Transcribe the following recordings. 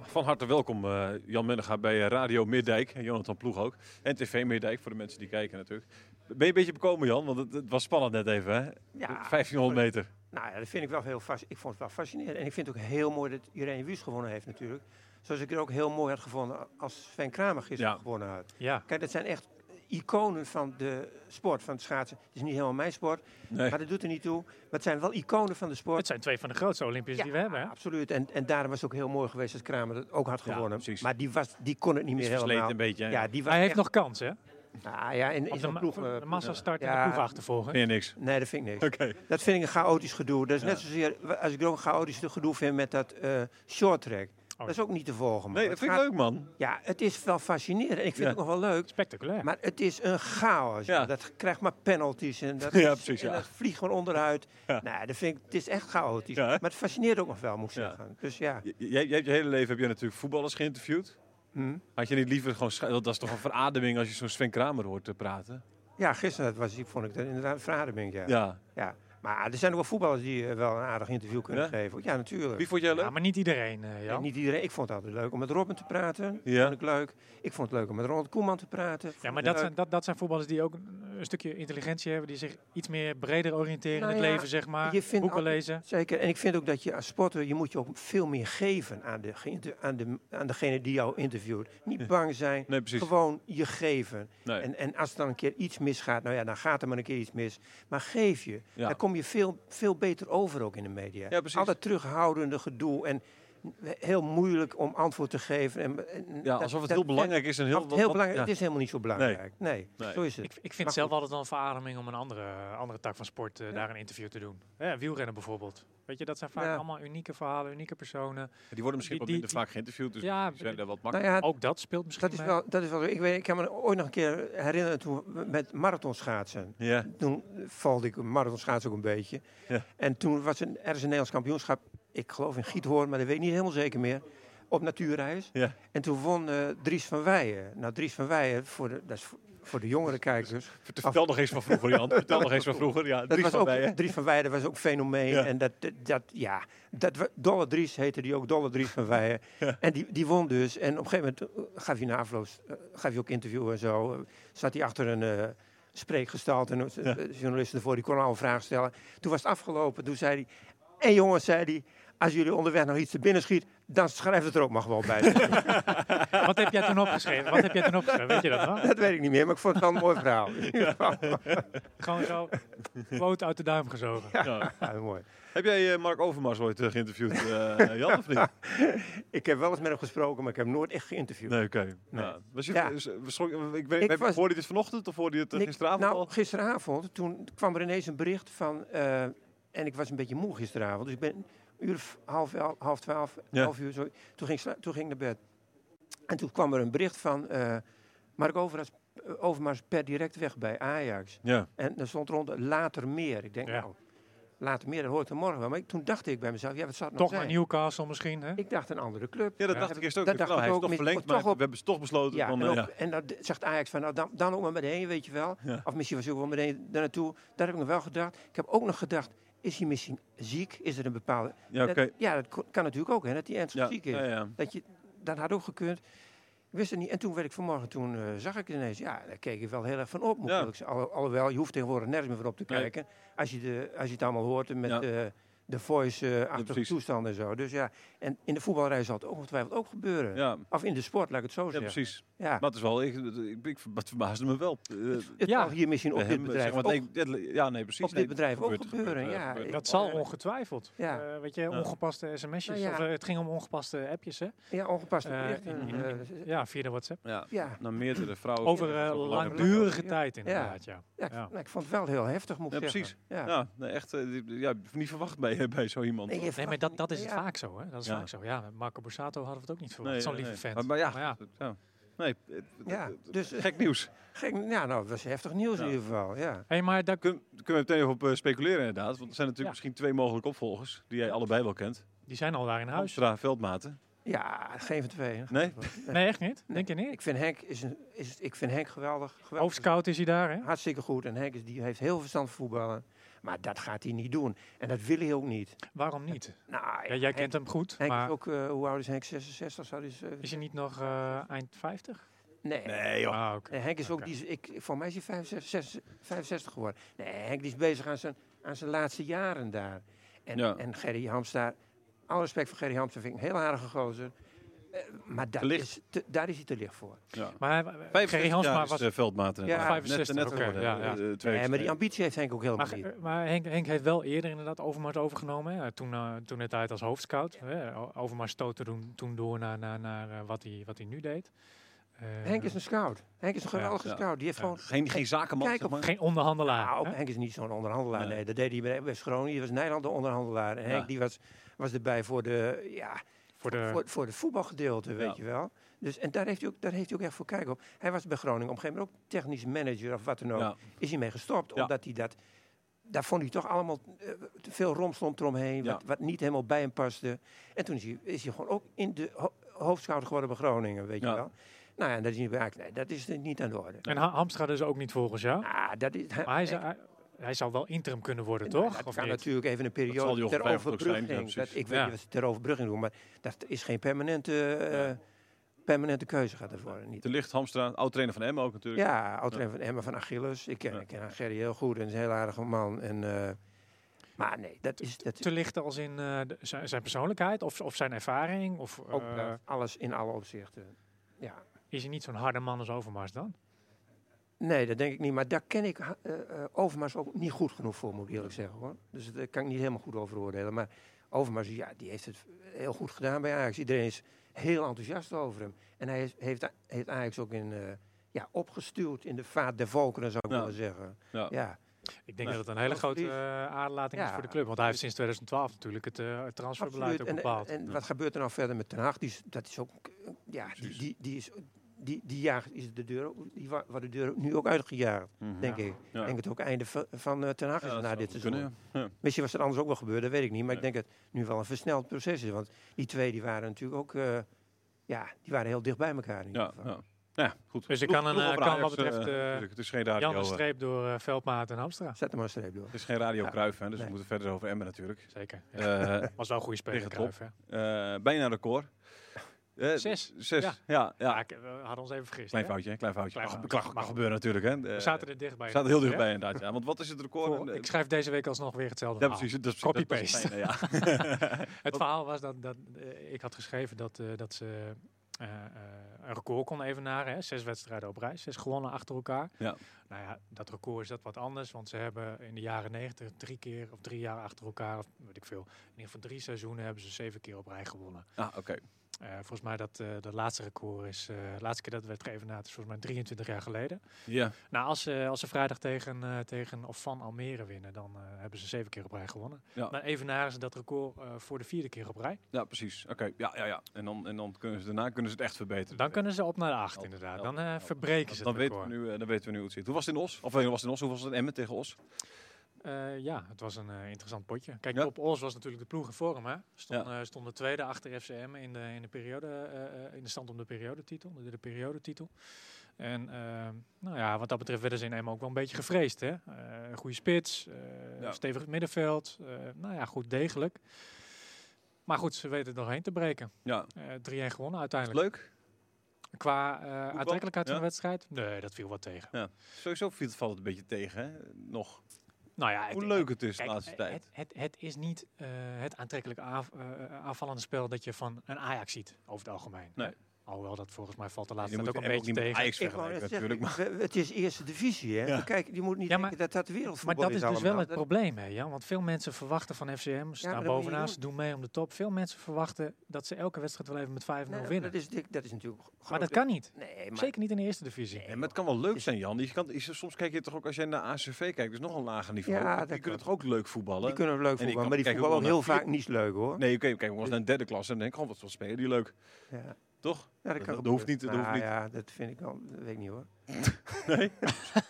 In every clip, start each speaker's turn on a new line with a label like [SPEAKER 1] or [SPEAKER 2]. [SPEAKER 1] Van harte welkom eh, Jan Mennega bij eh, Radio Middijk en Jonathan Ploeg ook. En TV Middijk voor de mensen die kijken natuurlijk. Ben je een beetje bekomen Jan? Want het, het was spannend net even hè? 1500 meter.
[SPEAKER 2] Nou ja, dat vind ik wel heel fas- Ik vond het wel fascinerend. En ik vind het ook heel mooi dat Irene Wüst gewonnen heeft natuurlijk. Zoals ik het ook heel mooi had gevonden als Sven Kramer gisteren
[SPEAKER 1] Ja.
[SPEAKER 2] gewonnen had.
[SPEAKER 1] Ja.
[SPEAKER 2] Kijk, dat zijn echt iconen van de sport, van het schaatsen. Het is niet helemaal mijn sport,
[SPEAKER 1] Nee.
[SPEAKER 2] maar dat doet er niet toe. Maar het zijn wel iconen van de sport.
[SPEAKER 3] Het zijn twee van de grootste Olympiërs die we hebben. Hè?
[SPEAKER 2] Absoluut. En, en daarom was het ook heel mooi geweest dat Kramer dat ook had
[SPEAKER 1] Ja,
[SPEAKER 2] gewonnen.
[SPEAKER 1] precies.
[SPEAKER 2] maar die, was, die kon het niet meer
[SPEAKER 1] Is versleten
[SPEAKER 2] helemaal.
[SPEAKER 1] een beetje, hè?
[SPEAKER 2] Ja, die was
[SPEAKER 3] Hij heeft
[SPEAKER 2] echt-
[SPEAKER 3] nog kans, hè?
[SPEAKER 2] Ah, ja, en
[SPEAKER 3] Op
[SPEAKER 2] is
[SPEAKER 3] de,
[SPEAKER 2] een
[SPEAKER 3] ma-
[SPEAKER 2] ploeg...
[SPEAKER 3] voor de
[SPEAKER 2] eh,
[SPEAKER 3] massastart en
[SPEAKER 2] ja.
[SPEAKER 3] de ploeg achtervolgen.
[SPEAKER 1] Meer niks.
[SPEAKER 2] Nee, dat vind ik niks.
[SPEAKER 1] Oké.
[SPEAKER 2] Dat vind ik een chaotisch gedoe. Dat is net zozeer, als ik er ook een chaotisch gedoe vind met dat eh short track. Dat is ook niet te volgen. man.
[SPEAKER 1] Oh. Nee, dat
[SPEAKER 2] Het
[SPEAKER 1] vind ik
[SPEAKER 2] gaat-
[SPEAKER 1] leuk man.
[SPEAKER 2] Ja, het is wel fascinerend. En ik vind
[SPEAKER 1] Ja.
[SPEAKER 2] het nog wel leuk.
[SPEAKER 3] Spectaculair.
[SPEAKER 2] Maar het is een chaos.
[SPEAKER 1] Ja.
[SPEAKER 2] joh. Dat krijgt maar penalties. En dat,
[SPEAKER 1] Ja,
[SPEAKER 2] is-
[SPEAKER 1] precies,
[SPEAKER 2] en
[SPEAKER 1] ja.
[SPEAKER 2] dat vliegt gewoon onderuit.
[SPEAKER 1] Ja.
[SPEAKER 2] Nou, dat vind ik, het is echt chaotisch.
[SPEAKER 1] Ja, hè?
[SPEAKER 2] maar het fascineert ook nog wel, moet ik
[SPEAKER 1] Ja.
[SPEAKER 2] zeggen. Dus ja.
[SPEAKER 1] J- Jij, jij hebt je hele leven heb je natuurlijk voetballers geïnterviewd.
[SPEAKER 2] Hm.
[SPEAKER 1] Had je niet liever gewoon... scha- Dat is toch een verademing als je zo'n Sven Kramer hoort te praten?
[SPEAKER 2] ja, gisteren dat was, vond ik dat inderdaad een verademing. Ja. Ja.
[SPEAKER 1] Ja.
[SPEAKER 2] Maar er zijn ook wel voetballers die eh, wel een aardig interview kunnen
[SPEAKER 1] Ja?
[SPEAKER 2] geven. Ja, natuurlijk.
[SPEAKER 1] Wie vond jij
[SPEAKER 3] Ja,
[SPEAKER 1] leuk?
[SPEAKER 3] maar niet iedereen, eh
[SPEAKER 2] Ja.
[SPEAKER 3] Jan.
[SPEAKER 2] Niet iedereen. Ik vond het altijd leuk om met Robin te praten.
[SPEAKER 1] Ja.
[SPEAKER 2] Vond ik leuk. Ik vond het leuk om met Ronald Koeman te praten.
[SPEAKER 3] Ja,
[SPEAKER 2] Vond
[SPEAKER 3] maar
[SPEAKER 2] ik
[SPEAKER 3] dat
[SPEAKER 2] leuk.
[SPEAKER 3] zijn, dat, dat zijn voetballers die ook een een stukje intelligentie hebben. Die zich iets meer breder oriënteren
[SPEAKER 2] Nou
[SPEAKER 3] in het
[SPEAKER 2] ja,
[SPEAKER 3] leven, zeg maar.
[SPEAKER 2] je vindt
[SPEAKER 3] Boeken
[SPEAKER 2] al-
[SPEAKER 3] lezen.
[SPEAKER 2] Zeker. En ik vind ook dat je als sporter, je moet je ook veel meer geven aan, de, geïnter- aan, de, aan degene die jou interviewt. Niet bang zijn.
[SPEAKER 1] Nee, precies.
[SPEAKER 2] Gewoon je geven.
[SPEAKER 1] Nee.
[SPEAKER 2] En, en als er dan een keer iets misgaat, nou ja, dan gaat er maar een keer iets mis. Maar geef je.
[SPEAKER 1] Ja.
[SPEAKER 2] Dan kom je veel, veel beter over ook in de media.
[SPEAKER 1] Ja, precies.
[SPEAKER 2] Al dat terughoudende gedoe en heel moeilijk om antwoord te geven. En, en
[SPEAKER 1] Ja,
[SPEAKER 2] dat-
[SPEAKER 1] alsof het
[SPEAKER 2] dat-
[SPEAKER 1] heel belangrijk is en heel...
[SPEAKER 2] Heel,
[SPEAKER 1] wat- wat-
[SPEAKER 2] belangrijk.
[SPEAKER 1] ja.
[SPEAKER 2] Het is helemaal niet zo belangrijk. Nee,
[SPEAKER 1] Nee.
[SPEAKER 2] zo is het.
[SPEAKER 3] Ik, ik vind het zelf altijd wel een verademing om een andere, andere tak van sport eh, daar een interview te doen. Ja, wielrennen bijvoorbeeld. Weet je, dat zijn vaak
[SPEAKER 2] Ja.
[SPEAKER 3] allemaal unieke verhalen, unieke personen.
[SPEAKER 1] Die worden misschien
[SPEAKER 3] Die-
[SPEAKER 1] wat
[SPEAKER 3] die-
[SPEAKER 1] minder
[SPEAKER 3] die-
[SPEAKER 1] vaak geïnterviewd. Dus
[SPEAKER 3] Ja, eh,
[SPEAKER 1] die zijn daar wat
[SPEAKER 2] Nou
[SPEAKER 1] makkelijker.
[SPEAKER 2] ja,
[SPEAKER 3] Ook dat speelt misschien
[SPEAKER 2] dat is
[SPEAKER 3] mee.
[SPEAKER 2] wel. Dat is wel ik, weet, ik kan me ooit nog een keer herinneren toen we met marathonschaatsen.
[SPEAKER 1] Ja.
[SPEAKER 2] Toen valde ik marathonschaatsen ook een beetje.
[SPEAKER 1] Ja.
[SPEAKER 2] En toen was een, er is een Nederlands kampioenschap. Ik geloof in Giethoorn, maar dat weet ik niet helemaal zeker meer. Op natuurreis.
[SPEAKER 1] Ja.
[SPEAKER 2] En toen won eh, Dries van Weijen. Nou, Dries van Weijen, voor de, dat is voor- voor de jongere kijkers.
[SPEAKER 1] Vertel nog eens van vroeger, Jan. Vertel nog eens van vroeger. Ja,
[SPEAKER 2] Dat
[SPEAKER 1] drie
[SPEAKER 2] Oh. was
[SPEAKER 1] van
[SPEAKER 2] ook,
[SPEAKER 1] mij, hè?
[SPEAKER 2] Dries van Weijen, dat was ook een fenomeen.
[SPEAKER 1] Ja.
[SPEAKER 2] En dat, dat- dat, ja, dat, we- Dolle Dries heette die ook, Dolle Dries van Weijen. En die, die won dus. En op een gegeven moment eh, gaf hij na afloop, eh, gaf hij ook interview en zo. Eh, Zat hij achter een eh spreekgestalte en eh, journalisten ervoor, die konden al vragen stellen. Toen was het afgelopen, toen zei hij, en jongens, zei hij, als jullie onderweg nog iets te binnen schiet, dan schrijf het er ook maar gewoon bij.
[SPEAKER 3] Wat heb jij toen opgeschreven? Wat heb jij toen opgeschreven? Weet je dat nog?
[SPEAKER 2] dat weet ik niet meer, maar ik vond het wel een mooi verhaal.
[SPEAKER 3] Gewoon zo, quote uit de duim gezogen.
[SPEAKER 1] Ja.
[SPEAKER 2] ja, mooi.
[SPEAKER 1] Heb jij eh, Mark Overmars ooit eh, geïnterviewd, eh, Jan, of niet?
[SPEAKER 2] Ik heb wel eens met hem gesproken, maar ik heb hem nooit echt geïnterviewd.
[SPEAKER 1] Nee, oké. Ja. Was je,
[SPEAKER 2] Ja.
[SPEAKER 1] is- schrok- ik weet,
[SPEAKER 2] Ik
[SPEAKER 1] heb-
[SPEAKER 2] was-
[SPEAKER 1] Hoorde je dit vanochtend of hoorde je het eh,
[SPEAKER 2] Nick,
[SPEAKER 1] gisteravond
[SPEAKER 2] nou,
[SPEAKER 1] al?
[SPEAKER 2] gisteravond, toen kwam er ineens een bericht van... eh, en ik was een beetje moe gisteravond, dus ik ben een uur of half, el- half twaalf,
[SPEAKER 1] Ja.
[SPEAKER 2] half uur zo. Toen ging, ik sla- toen ging ik naar bed. En toen kwam er een bericht van eh Mark eh, Overmars, Overmars per direct weg bij Ajax.
[SPEAKER 1] Ja.
[SPEAKER 2] En er stond rond later meer. Ik denk,
[SPEAKER 3] Ja.
[SPEAKER 2] nou, later meer, dat hoor ik dan morgen wel. Maar ik- toen dacht ik bij mezelf, ja, wat zou het
[SPEAKER 3] Toch
[SPEAKER 2] nou
[SPEAKER 3] naar
[SPEAKER 2] zijn?
[SPEAKER 3] Newcastle misschien, hè?
[SPEAKER 2] Ik dacht een andere club.
[SPEAKER 1] Ja, dat
[SPEAKER 3] Ja.
[SPEAKER 1] dacht ik eerst ook.
[SPEAKER 2] Dat
[SPEAKER 1] Nou,
[SPEAKER 2] dacht ik
[SPEAKER 1] hij is
[SPEAKER 2] ook,
[SPEAKER 1] toch
[SPEAKER 2] mis-
[SPEAKER 1] verlengd,
[SPEAKER 2] toch
[SPEAKER 1] maar we
[SPEAKER 2] op-
[SPEAKER 1] hebben ze toch besloten.
[SPEAKER 2] Ja,
[SPEAKER 1] van,
[SPEAKER 2] en,
[SPEAKER 1] eh,
[SPEAKER 2] ook-
[SPEAKER 1] ja.
[SPEAKER 2] en dat zegt Ajax van, nou, dan, dan ook maar meteen, weet je wel.
[SPEAKER 1] Ja.
[SPEAKER 2] Of misschien was hij ook wel meteen daar naartoe. Daar heb ik nog wel gedacht. Ik heb ook nog gedacht, is hij misschien ziek? Is er een bepaalde...
[SPEAKER 1] Ja, oké.
[SPEAKER 2] dat, ja, dat ko- kan natuurlijk ook, hè, dat hij ernstig
[SPEAKER 1] Ja,
[SPEAKER 2] ziek is.
[SPEAKER 1] ja, ja.
[SPEAKER 2] Dat, je, dat had ook gekund. Ik wist het niet. En toen werd ik vanmorgen, toen eh, zag ik het ineens. Ja, daar keek ik wel heel erg van op. moet
[SPEAKER 1] Ja.
[SPEAKER 2] ik zeggen. Al, alhoewel, je hoeft tegenwoordig nergens meer van op te
[SPEAKER 1] Nee.
[SPEAKER 2] kijken. Als, je de, als je het allemaal hoort en met
[SPEAKER 1] Ja.
[SPEAKER 2] eh, de voice-achtige
[SPEAKER 1] precies.
[SPEAKER 2] toestanden en zo. Dus ja, en in de voetbalrij zal het ongetwijfeld ook gebeuren.
[SPEAKER 1] Ja,
[SPEAKER 2] Of in de sport, laat ik het zo
[SPEAKER 1] ja,
[SPEAKER 2] zeggen.
[SPEAKER 1] precies.
[SPEAKER 2] Ja.
[SPEAKER 1] Maar het is wel, ik, ik, ik, het verbaasde me wel. eh,
[SPEAKER 2] Het
[SPEAKER 3] Ja.
[SPEAKER 2] zal hier misschien op
[SPEAKER 1] bij hem,
[SPEAKER 2] dit
[SPEAKER 1] zeg
[SPEAKER 2] bedrijf
[SPEAKER 1] maar,
[SPEAKER 2] ook,
[SPEAKER 1] nee, dit- ja, nee, precies.
[SPEAKER 2] op
[SPEAKER 1] nee,
[SPEAKER 2] dit bedrijf ook
[SPEAKER 1] gebeurt,
[SPEAKER 2] gebeuren.
[SPEAKER 1] gebeurt,
[SPEAKER 2] ja,
[SPEAKER 1] gebeurt.
[SPEAKER 2] ik-
[SPEAKER 3] Dat zal ongetwijfeld.
[SPEAKER 2] Ja.
[SPEAKER 3] Eh, weet je,
[SPEAKER 1] Ja.
[SPEAKER 3] ongepaste sms'jes.
[SPEAKER 2] Nou ja.
[SPEAKER 3] Of, eh, het ging om ongepaste appjes, hè?
[SPEAKER 2] ja, ongepaste
[SPEAKER 3] Eh,
[SPEAKER 2] berichten.
[SPEAKER 3] in-
[SPEAKER 2] eh,
[SPEAKER 3] Ja, via de WhatsApp.
[SPEAKER 1] Ja,
[SPEAKER 2] ja,
[SPEAKER 1] naar meerdere vrouwen.
[SPEAKER 3] Over
[SPEAKER 1] Ja,
[SPEAKER 3] eh,
[SPEAKER 1] dat is wel belangrijk.
[SPEAKER 3] langdurige
[SPEAKER 2] Ja.
[SPEAKER 3] tijd, inderdaad, ja.
[SPEAKER 2] ja, ik-
[SPEAKER 3] Ja.
[SPEAKER 2] nou, ik vond het wel heel heftig, moet ik
[SPEAKER 1] Ja,
[SPEAKER 2] zeggen. Ja.
[SPEAKER 1] Ja, nee, echt, eh, die- ja, niet verwacht bij, bij zo iemand.
[SPEAKER 2] Nee,
[SPEAKER 1] toch?
[SPEAKER 2] je
[SPEAKER 3] Nee, maar
[SPEAKER 2] verwacht
[SPEAKER 3] dat, dat is
[SPEAKER 2] niet-
[SPEAKER 3] het
[SPEAKER 2] ja.
[SPEAKER 3] vaak zo, hè? Dat is
[SPEAKER 1] Ja.
[SPEAKER 3] vaak zo. Ja, met Marco Borsato hadden we het ook niet verwacht.
[SPEAKER 1] Nee,
[SPEAKER 3] Zo'n
[SPEAKER 1] nee,
[SPEAKER 3] lieve
[SPEAKER 1] nee.
[SPEAKER 3] vent.
[SPEAKER 1] Maar, maar ja,
[SPEAKER 3] Maar ja.
[SPEAKER 1] ja. Nee, het-
[SPEAKER 2] Ja,
[SPEAKER 1] het-
[SPEAKER 2] dus eh,
[SPEAKER 1] gek nieuws.
[SPEAKER 2] gek, ja, nou, dat was heftig nieuws
[SPEAKER 1] Ja.
[SPEAKER 2] in ieder geval. Ja.
[SPEAKER 3] Hé, maar daar...
[SPEAKER 1] Kun, kunnen we meteen even op eh, speculeren inderdaad. Want er zijn natuurlijk
[SPEAKER 3] Ja.
[SPEAKER 1] misschien twee mogelijke opvolgers. Die jij allebei wel kent.
[SPEAKER 3] die zijn al daar in huis.
[SPEAKER 1] Hamstra, Veldmaten.
[SPEAKER 2] ja, geen van tweeën.
[SPEAKER 1] Nee?
[SPEAKER 3] Nee, echt niet? Denk je niet?
[SPEAKER 2] Ik vind Henk, is een, is, ik vind Henk geweldig. geweldig.
[SPEAKER 3] Hoofdscout is hij daar, hè?
[SPEAKER 2] Hartstikke goed. En Henk is, die heeft heel veel verstand van voetballen. Maar dat gaat hij niet doen. En dat wil hij ook niet.
[SPEAKER 3] Waarom niet?
[SPEAKER 2] Nou,
[SPEAKER 3] Ja, jij
[SPEAKER 2] Henk-
[SPEAKER 3] kent hem goed,
[SPEAKER 2] Henk is
[SPEAKER 3] maar
[SPEAKER 2] ook, eh, hoe oud is Henk? 66? Zou hij zeven-
[SPEAKER 3] is hij niet nog eh, eind 50?
[SPEAKER 2] nee.
[SPEAKER 1] Nee joh.
[SPEAKER 3] Ah, oké.
[SPEAKER 2] Nee, Henk is ook,
[SPEAKER 3] Oké.
[SPEAKER 2] die is, ik, voor mij is hij 65, 66 65 geworden. Nee, Henk die is bezig aan zijn, aan zijn laatste jaren daar. En,
[SPEAKER 1] Ja.
[SPEAKER 2] en Gerry Hamstra, alle respect voor Gerry Hamstra, vind ik een heel aardige gozer. Eh, maar dat
[SPEAKER 1] Te licht.
[SPEAKER 2] is te- daar is hij te licht voor.
[SPEAKER 1] Ja.
[SPEAKER 3] Maar hij- Gerry Hansma
[SPEAKER 1] was
[SPEAKER 3] was...
[SPEAKER 1] de eh, Veldmaten.
[SPEAKER 2] Ja,
[SPEAKER 1] inderdaad. Net-
[SPEAKER 3] 65,
[SPEAKER 1] net
[SPEAKER 3] oké,
[SPEAKER 1] geworden,
[SPEAKER 3] ja, ja.
[SPEAKER 1] eh, eh, twee
[SPEAKER 2] Nee, maar die
[SPEAKER 1] keer.
[SPEAKER 2] ambitie heeft Henk ook helemaal
[SPEAKER 3] Maar,
[SPEAKER 2] niet.
[SPEAKER 3] eh, maar Henk, Henk heeft wel eerder inderdaad Overmars overgenomen. Hè? Toen, eh toen de tijd als hoofdscout. Hè? O- Overmars stootte toen, toen door naar, naar, naar eh, wat, hij, wat hij nu deed. Eh,
[SPEAKER 2] Henk is een scout. Henk is een
[SPEAKER 3] Ja,
[SPEAKER 2] geweldige
[SPEAKER 1] ja.
[SPEAKER 2] scout. Die heeft
[SPEAKER 3] Ja.
[SPEAKER 2] gewoon...
[SPEAKER 1] Geen, geen zakenman,
[SPEAKER 2] Kijk
[SPEAKER 1] zeg
[SPEAKER 2] op-
[SPEAKER 1] maar.
[SPEAKER 3] geen onderhandelaar.
[SPEAKER 2] Ah, ook
[SPEAKER 3] hè?
[SPEAKER 2] Henk is niet zo'n onderhandelaar.
[SPEAKER 1] Nee.
[SPEAKER 2] Nee. dat deed hij bij bij Groningen. Die was Nederland de onderhandelaar. En
[SPEAKER 1] Ja.
[SPEAKER 2] Henk die was, was erbij voor de... Ja,
[SPEAKER 3] Voor de,
[SPEAKER 2] voor, voor het voetbalgedeelte, weet je wel. Dus, en daar heeft, hij ook, daar heeft hij ook echt voor kijk op. Hij was bij Groningen op een gegeven moment ook technisch manager of wat dan ook.
[SPEAKER 1] Ja.
[SPEAKER 2] Is hij mee gestopt,
[SPEAKER 1] Ja.
[SPEAKER 2] omdat hij dat... Daar vond hij toch allemaal eh, te veel romslomp eromheen,
[SPEAKER 1] Ja.
[SPEAKER 2] wat, wat niet helemaal bij hem paste. En toen is hij, is hij gewoon ook in de ho hoofdschouder geworden bij Groningen, weet
[SPEAKER 1] Ja.
[SPEAKER 2] je wel. Nou ja, en dat is niet bij Ajax. Nee, dat is niet aan de orde.
[SPEAKER 3] En Ha- Hamstra dus ook niet volgens jou.
[SPEAKER 2] Ah, dat is,
[SPEAKER 3] Maar hij, zou- hij, hij zou wel interim kunnen worden,
[SPEAKER 2] Nou,
[SPEAKER 3] toch?
[SPEAKER 2] Dat
[SPEAKER 3] Of
[SPEAKER 2] kan
[SPEAKER 3] niet?
[SPEAKER 2] natuurlijk even een
[SPEAKER 1] zal die
[SPEAKER 2] periode ter
[SPEAKER 1] ongetwijfeld ook zijn, ja,
[SPEAKER 2] overbrugging. dat,
[SPEAKER 1] precies.
[SPEAKER 2] ik weet
[SPEAKER 3] Ja.
[SPEAKER 2] niet wat ze ter overbrugging doen, maar dat is geen permanente, eh, permanente keuze gaat dat worden. Niet.
[SPEAKER 1] De Licht, Hamstra, oud-trainer van Emmen ook natuurlijk.
[SPEAKER 2] Ja, oud van Emma van Achilles. Ik ken,
[SPEAKER 1] Ja.
[SPEAKER 2] ik ken Gerry heel goed en is een heel aardige man. En, eh, maar nee, dat is dat
[SPEAKER 3] Te lichten als in eh, de- zijn, zijn persoonlijkheid of, of zijn ervaring? Of
[SPEAKER 2] ook
[SPEAKER 3] eh,
[SPEAKER 2] dat, alles in alle opzichten. Ja.
[SPEAKER 3] is hij niet zo'n harde man als Overmars dan?
[SPEAKER 2] Nee, dat denk ik niet. Maar daar ken ik ha- eh, eh, Overmars ook niet goed genoeg voor, moet ik eerlijk zeggen. Hoor. Dus daar kan ik niet helemaal goed over oordelen. Maar Overmars, ja, die heeft het heel goed gedaan bij Ajax. Iedereen is heel enthousiast over hem. En hij is- heeft, A- heeft Ajax ook in, eh, ja, opgestuurd in de vaat der volkeren, zou ik
[SPEAKER 1] Ja.
[SPEAKER 2] willen zeggen.
[SPEAKER 1] Ja.
[SPEAKER 2] Ja.
[SPEAKER 3] Ik denk
[SPEAKER 1] Nee.
[SPEAKER 3] dat het een hele
[SPEAKER 2] Dat is
[SPEAKER 3] grote
[SPEAKER 2] lief.
[SPEAKER 3] eh, aardelating is
[SPEAKER 2] Ja.
[SPEAKER 3] voor de club. Want hij heeft sinds 2012 natuurlijk het eh, het transferbeleid
[SPEAKER 2] absoluut.
[SPEAKER 3] ook
[SPEAKER 2] En,
[SPEAKER 3] bepaald.
[SPEAKER 2] en wat gebeurt er nou verder met Ten Hag? Die is, dat is ook, eh, ja, die,
[SPEAKER 1] Precies.
[SPEAKER 2] die, die is... Die, die jaagt is de deur, ook- die wa- wordt de deur nu ook uitgejaagd,
[SPEAKER 1] Mhm.
[SPEAKER 2] denk
[SPEAKER 3] Ja.
[SPEAKER 2] ik.
[SPEAKER 1] Ja.
[SPEAKER 2] Ik denk het ook einde van, van eh, Ten Hag
[SPEAKER 1] Ja,
[SPEAKER 2] is
[SPEAKER 1] dat
[SPEAKER 2] na
[SPEAKER 1] zou
[SPEAKER 2] dit
[SPEAKER 1] goed
[SPEAKER 2] seizoen.
[SPEAKER 1] kunnen, ja. Ja.
[SPEAKER 2] Misschien was het anders ook wel gebeurd, dat weet ik niet. Maar
[SPEAKER 1] Nee.
[SPEAKER 2] ik denk dat het nu wel een versneld proces is. Want die twee die waren natuurlijk ook... eh, ja, die waren heel dicht bij elkaar in ieder
[SPEAKER 1] Ja,
[SPEAKER 2] geval.
[SPEAKER 1] ja. Nou ja, goed.
[SPEAKER 3] Dus er
[SPEAKER 1] Genoeg-
[SPEAKER 3] kan een,
[SPEAKER 1] genoeg
[SPEAKER 3] eh,
[SPEAKER 1] over
[SPEAKER 3] kan
[SPEAKER 1] Ajax,
[SPEAKER 3] wat betreft,
[SPEAKER 1] eh,
[SPEAKER 3] eh,
[SPEAKER 1] natuurlijk. het is geen
[SPEAKER 3] Jan
[SPEAKER 1] radio.
[SPEAKER 3] de
[SPEAKER 1] eh,
[SPEAKER 3] streep door eh, Veldmaat en Hamstra.
[SPEAKER 2] Zet er maar een streep door.
[SPEAKER 1] Het is geen radio
[SPEAKER 2] Ja.
[SPEAKER 1] Cruijff, hè, dus we
[SPEAKER 2] Nee.
[SPEAKER 1] moeten verder over Emmen natuurlijk.
[SPEAKER 3] Zeker. Ja.
[SPEAKER 1] Eh,
[SPEAKER 3] Was wel een goede speler,
[SPEAKER 1] Tegen
[SPEAKER 3] Cruijff, hè?
[SPEAKER 1] Eh, bijna record. Eh,
[SPEAKER 3] Zes.
[SPEAKER 1] Zes, ja.
[SPEAKER 3] Ja.
[SPEAKER 1] ja,
[SPEAKER 3] Ah, ik- we hadden ons even vergist.
[SPEAKER 1] Klein
[SPEAKER 3] hè?
[SPEAKER 1] foutje, hè, klein foutje.
[SPEAKER 3] Klein
[SPEAKER 1] Mag-
[SPEAKER 3] foutje.
[SPEAKER 1] Mag, mag gebeuren natuurlijk. Hè.
[SPEAKER 3] We zaten er dichtbij.
[SPEAKER 1] Eh, heel
[SPEAKER 3] natuurlijk,
[SPEAKER 1] dichtbij inderdaad, ja. Want wat is het
[SPEAKER 3] hè?
[SPEAKER 1] record?
[SPEAKER 3] Voor-
[SPEAKER 1] Eh,
[SPEAKER 3] ik schrijf Ah, deze week alsnog weer hetzelfde.
[SPEAKER 1] ja,
[SPEAKER 3] verhaal.
[SPEAKER 1] precies. Dat, is-
[SPEAKER 3] Copy
[SPEAKER 1] dat is
[SPEAKER 3] paste.
[SPEAKER 1] bijna, ja.
[SPEAKER 3] Het verhaal was dat, dat eh, ik had geschreven dat, eh, dat ze eh, eh, een record kon evenaren. Hè? Zes wedstrijden op reis, zes gewonnen achter elkaar.
[SPEAKER 1] Ja.
[SPEAKER 3] Nou ja, dat record is dat wat anders, want ze hebben in de jaren negentig drie keer of drie jaar achter elkaar, of weet ik veel, in ieder geval drie seizoenen hebben ze zeven keer op rij gewonnen.
[SPEAKER 1] ah, oké.
[SPEAKER 3] Eh, volgens mij dat eh dat laatste record is, eh, de laatste keer dat werd geëvenaard is volgens mij 23 jaar geleden.
[SPEAKER 1] Ja,
[SPEAKER 3] Nou, als ze, als ze vrijdag tegen, eh, tegen of van Almere winnen, dan eh, hebben ze zeven keer op rij gewonnen.
[SPEAKER 1] Ja.
[SPEAKER 3] Dan evenaren ze dat record eh, voor de vierde keer op rij.
[SPEAKER 1] ja, precies. Oké, ja, ja, ja. En dan, en dan kunnen ze daarna kunnen ze het echt verbeteren.
[SPEAKER 3] Dan kunnen ze op naar de 8
[SPEAKER 1] Help,
[SPEAKER 3] inderdaad.
[SPEAKER 1] help,
[SPEAKER 3] Dan eh,
[SPEAKER 1] help.
[SPEAKER 3] verbreken
[SPEAKER 1] dan,
[SPEAKER 3] ze
[SPEAKER 1] dan
[SPEAKER 3] het
[SPEAKER 1] weten we
[SPEAKER 3] record.
[SPEAKER 1] nu, eh, dan weten we nu hoe het zit. Hoe was het in Os? Of eh, hoe was het in Os? Hoe was het in Emmen tegen Os?
[SPEAKER 3] Eh, Eh, ja, het was een eh, interessant potje. Kijk,
[SPEAKER 1] Ja.
[SPEAKER 3] Top Os was natuurlijk de ploeg in vorm. Hè? Stond,
[SPEAKER 1] Ja.
[SPEAKER 3] eh, stond de tweede achter FCM in de, in de, periode, eh, eh, in de stand om de periodetitel. De, de periodetitel. En eh, nou ja, wat dat betreft werden ze in Emmen ook wel een beetje gevreesd. Hè? Eh, goede spits, eh,
[SPEAKER 1] Ja.
[SPEAKER 3] stevig middenveld. eh, nou ja, goed degelijk. Maar goed, ze weten het doorheen te breken.
[SPEAKER 1] Ja,
[SPEAKER 3] Eh 3-1 gewonnen uiteindelijk.
[SPEAKER 1] leuk.
[SPEAKER 3] Qua eh, aantrekkelijkheid van
[SPEAKER 1] ja.
[SPEAKER 3] de wedstrijd? Nee, dat viel wat tegen.
[SPEAKER 1] Sowieso viel- valt het een beetje tegen, hè? Nog.
[SPEAKER 3] Nou ja,
[SPEAKER 1] Hoe
[SPEAKER 3] het-
[SPEAKER 1] leuk het is de
[SPEAKER 3] Kijk,
[SPEAKER 1] laatste
[SPEAKER 3] eh,
[SPEAKER 1] tijd.
[SPEAKER 3] Het, het, het is niet eh, het aantrekkelijke aanv- eh, eh, aanvallende spel dat je van een Ajax ziet, over het algemeen.
[SPEAKER 1] Nee.
[SPEAKER 3] Hè? Alhoewel dat volgens mij valt de
[SPEAKER 1] Je
[SPEAKER 3] laatste
[SPEAKER 1] moet
[SPEAKER 3] tijd ook een
[SPEAKER 1] hem
[SPEAKER 3] beetje
[SPEAKER 1] niet met
[SPEAKER 3] tegen.
[SPEAKER 1] Ajax
[SPEAKER 2] Ik wou
[SPEAKER 1] vergelijken
[SPEAKER 2] net zeggen,
[SPEAKER 1] natuurlijk. Maar
[SPEAKER 2] we- het is eerste divisie, hè?
[SPEAKER 1] Ja.
[SPEAKER 2] Kijk, je moet niet
[SPEAKER 3] Ja, maar-
[SPEAKER 2] denken dat dat
[SPEAKER 3] Maar
[SPEAKER 2] wereldvoetbal
[SPEAKER 3] dat is
[SPEAKER 2] is
[SPEAKER 3] dus
[SPEAKER 2] allemaal.
[SPEAKER 3] wel het
[SPEAKER 2] Dat-
[SPEAKER 3] probleem, hè, Jan? Want veel mensen verwachten van FCM, ze
[SPEAKER 2] maar dat
[SPEAKER 3] staan
[SPEAKER 2] moet je
[SPEAKER 3] bovenaan,
[SPEAKER 2] niet
[SPEAKER 3] ze doen mee om de top. Veel mensen verwachten dat ze elke wedstrijd wel even met 5-0
[SPEAKER 2] Nee,
[SPEAKER 3] winnen.
[SPEAKER 2] Dat is, dik- dat is natuurlijk
[SPEAKER 3] maar
[SPEAKER 2] groot.
[SPEAKER 3] dat kan niet.
[SPEAKER 2] Nee, maar
[SPEAKER 3] Zeker niet in de eerste divisie.
[SPEAKER 1] Nee, maar het kan wel leuk zijn, Jan. Je kan, is- soms kijk je toch ook als jij naar ACV kijkt, dus nog een lager niveau.
[SPEAKER 2] Ja,
[SPEAKER 1] die
[SPEAKER 2] dat
[SPEAKER 1] kunnen
[SPEAKER 2] klopt.
[SPEAKER 1] toch ook leuk voetballen?
[SPEAKER 2] die kunnen leuk
[SPEAKER 1] En ik
[SPEAKER 2] voetballen,
[SPEAKER 1] kan-
[SPEAKER 2] maar die
[SPEAKER 1] kijk ook
[SPEAKER 2] voetballen
[SPEAKER 1] wel
[SPEAKER 2] ook heel
[SPEAKER 1] naar-
[SPEAKER 2] vaak niet leuk, hoor.
[SPEAKER 1] Nee, oké, we kijken wel eens naar een derde klas en dan denk ik, oh, wat voor spelen die leuk.
[SPEAKER 2] Ja. Ja,
[SPEAKER 1] Toch?
[SPEAKER 2] dat, kan
[SPEAKER 1] dat hoeft niet, dat
[SPEAKER 2] Nou,
[SPEAKER 1] hoeft niet.
[SPEAKER 2] Ja, dat vind ik wel, dat weet ik niet, hoor.
[SPEAKER 1] Nee?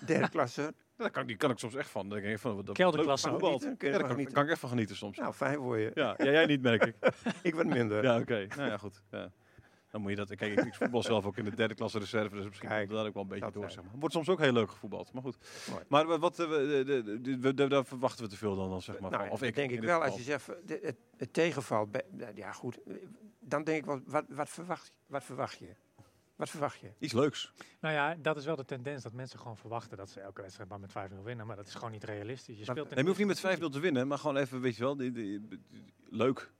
[SPEAKER 2] Derde klasse.
[SPEAKER 1] Daar kan, ik- die kan ik soms echt van. Dan denk ik van wat- wat
[SPEAKER 3] Kelderklasse
[SPEAKER 1] leuk
[SPEAKER 3] ook.
[SPEAKER 1] voetbal.
[SPEAKER 2] Niet, dan kun je
[SPEAKER 1] Ja, daar
[SPEAKER 2] ervan
[SPEAKER 1] kan, ik-
[SPEAKER 2] genieten.
[SPEAKER 1] kan ik echt van genieten soms.
[SPEAKER 2] Nou, fijn voor je.
[SPEAKER 1] Ja, ja, jij niet, merk ik.
[SPEAKER 2] Ik wat minder.
[SPEAKER 1] Ja, oké. Nou ja, goed. Ja. Dan moet je dat... Kijk, ik, ik voetbal zelf ook in de derde klasse reserve, dus misschien
[SPEAKER 2] Kijk,
[SPEAKER 1] komt dat ook wel een beetje
[SPEAKER 2] dat
[SPEAKER 1] door.
[SPEAKER 2] zijn.
[SPEAKER 1] Zeg maar. Wordt soms ook heel leuk gevoetbald, maar goed.
[SPEAKER 2] Mooi.
[SPEAKER 1] Maar wa- wat, eh, we- de- de- de- we- de- daar verwachten we te veel dan, dan zeg maar.
[SPEAKER 2] Nou,
[SPEAKER 1] van.
[SPEAKER 2] ja,
[SPEAKER 1] of
[SPEAKER 2] dat
[SPEAKER 1] ik,
[SPEAKER 2] denk
[SPEAKER 1] in
[SPEAKER 2] ik
[SPEAKER 1] dit
[SPEAKER 2] wel, als
[SPEAKER 1] geval.
[SPEAKER 2] je zegt, van, de- het, het tegenvalt, bij, nou, ja goed, eh, dan denk ik wel, wat, wat, verwacht, wat verwacht je? Wat verwacht je?
[SPEAKER 1] Iets leuks.
[SPEAKER 3] Nou ja, dat is wel de tendens dat mensen gewoon verwachten dat ze elke wedstrijd maar met 5-0 winnen. Maar dat is gewoon niet realistisch. Je
[SPEAKER 2] Maar-
[SPEAKER 3] speelt in
[SPEAKER 1] Nee, je
[SPEAKER 3] de
[SPEAKER 1] hoeft niet met
[SPEAKER 3] eerste
[SPEAKER 1] 5-0 te winnen, maar gewoon even, weet je wel, die, die- die- die- leuk.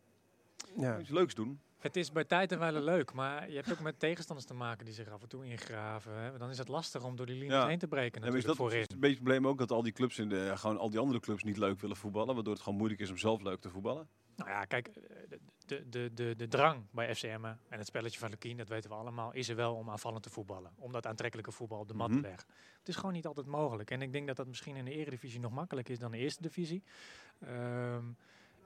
[SPEAKER 2] Ja.
[SPEAKER 1] Iets leuks doen.
[SPEAKER 3] Het is bij tijd en wijle leuk, maar je hebt ook met tegenstanders te maken die zich af en toe ingraven. Hè. Want Dan is het lastig om door die linies
[SPEAKER 1] Ja.
[SPEAKER 3] heen te breken
[SPEAKER 1] En is
[SPEAKER 3] natuurlijk
[SPEAKER 1] dat dus-
[SPEAKER 3] voorin.
[SPEAKER 1] precies een beetje het probleem ook dat al die clubs in de, gewoon al die andere clubs niet leuk willen voetballen, waardoor het gewoon moeilijk is om zelf leuk te voetballen.
[SPEAKER 3] Nou ja, kijk, eh, de, de, de, de, de drang bij FCM en het spelletje van Lukien, dat weten we allemaal, is er wel om aanvallend te voetballen. Om dat aantrekkelijke voetbal op de mat
[SPEAKER 1] Mhm.
[SPEAKER 3] te leggen. Het is gewoon niet altijd mogelijk. En ik denk dat dat misschien in de eredivisie nog makkelijker is dan de eerste divisie. Ehm,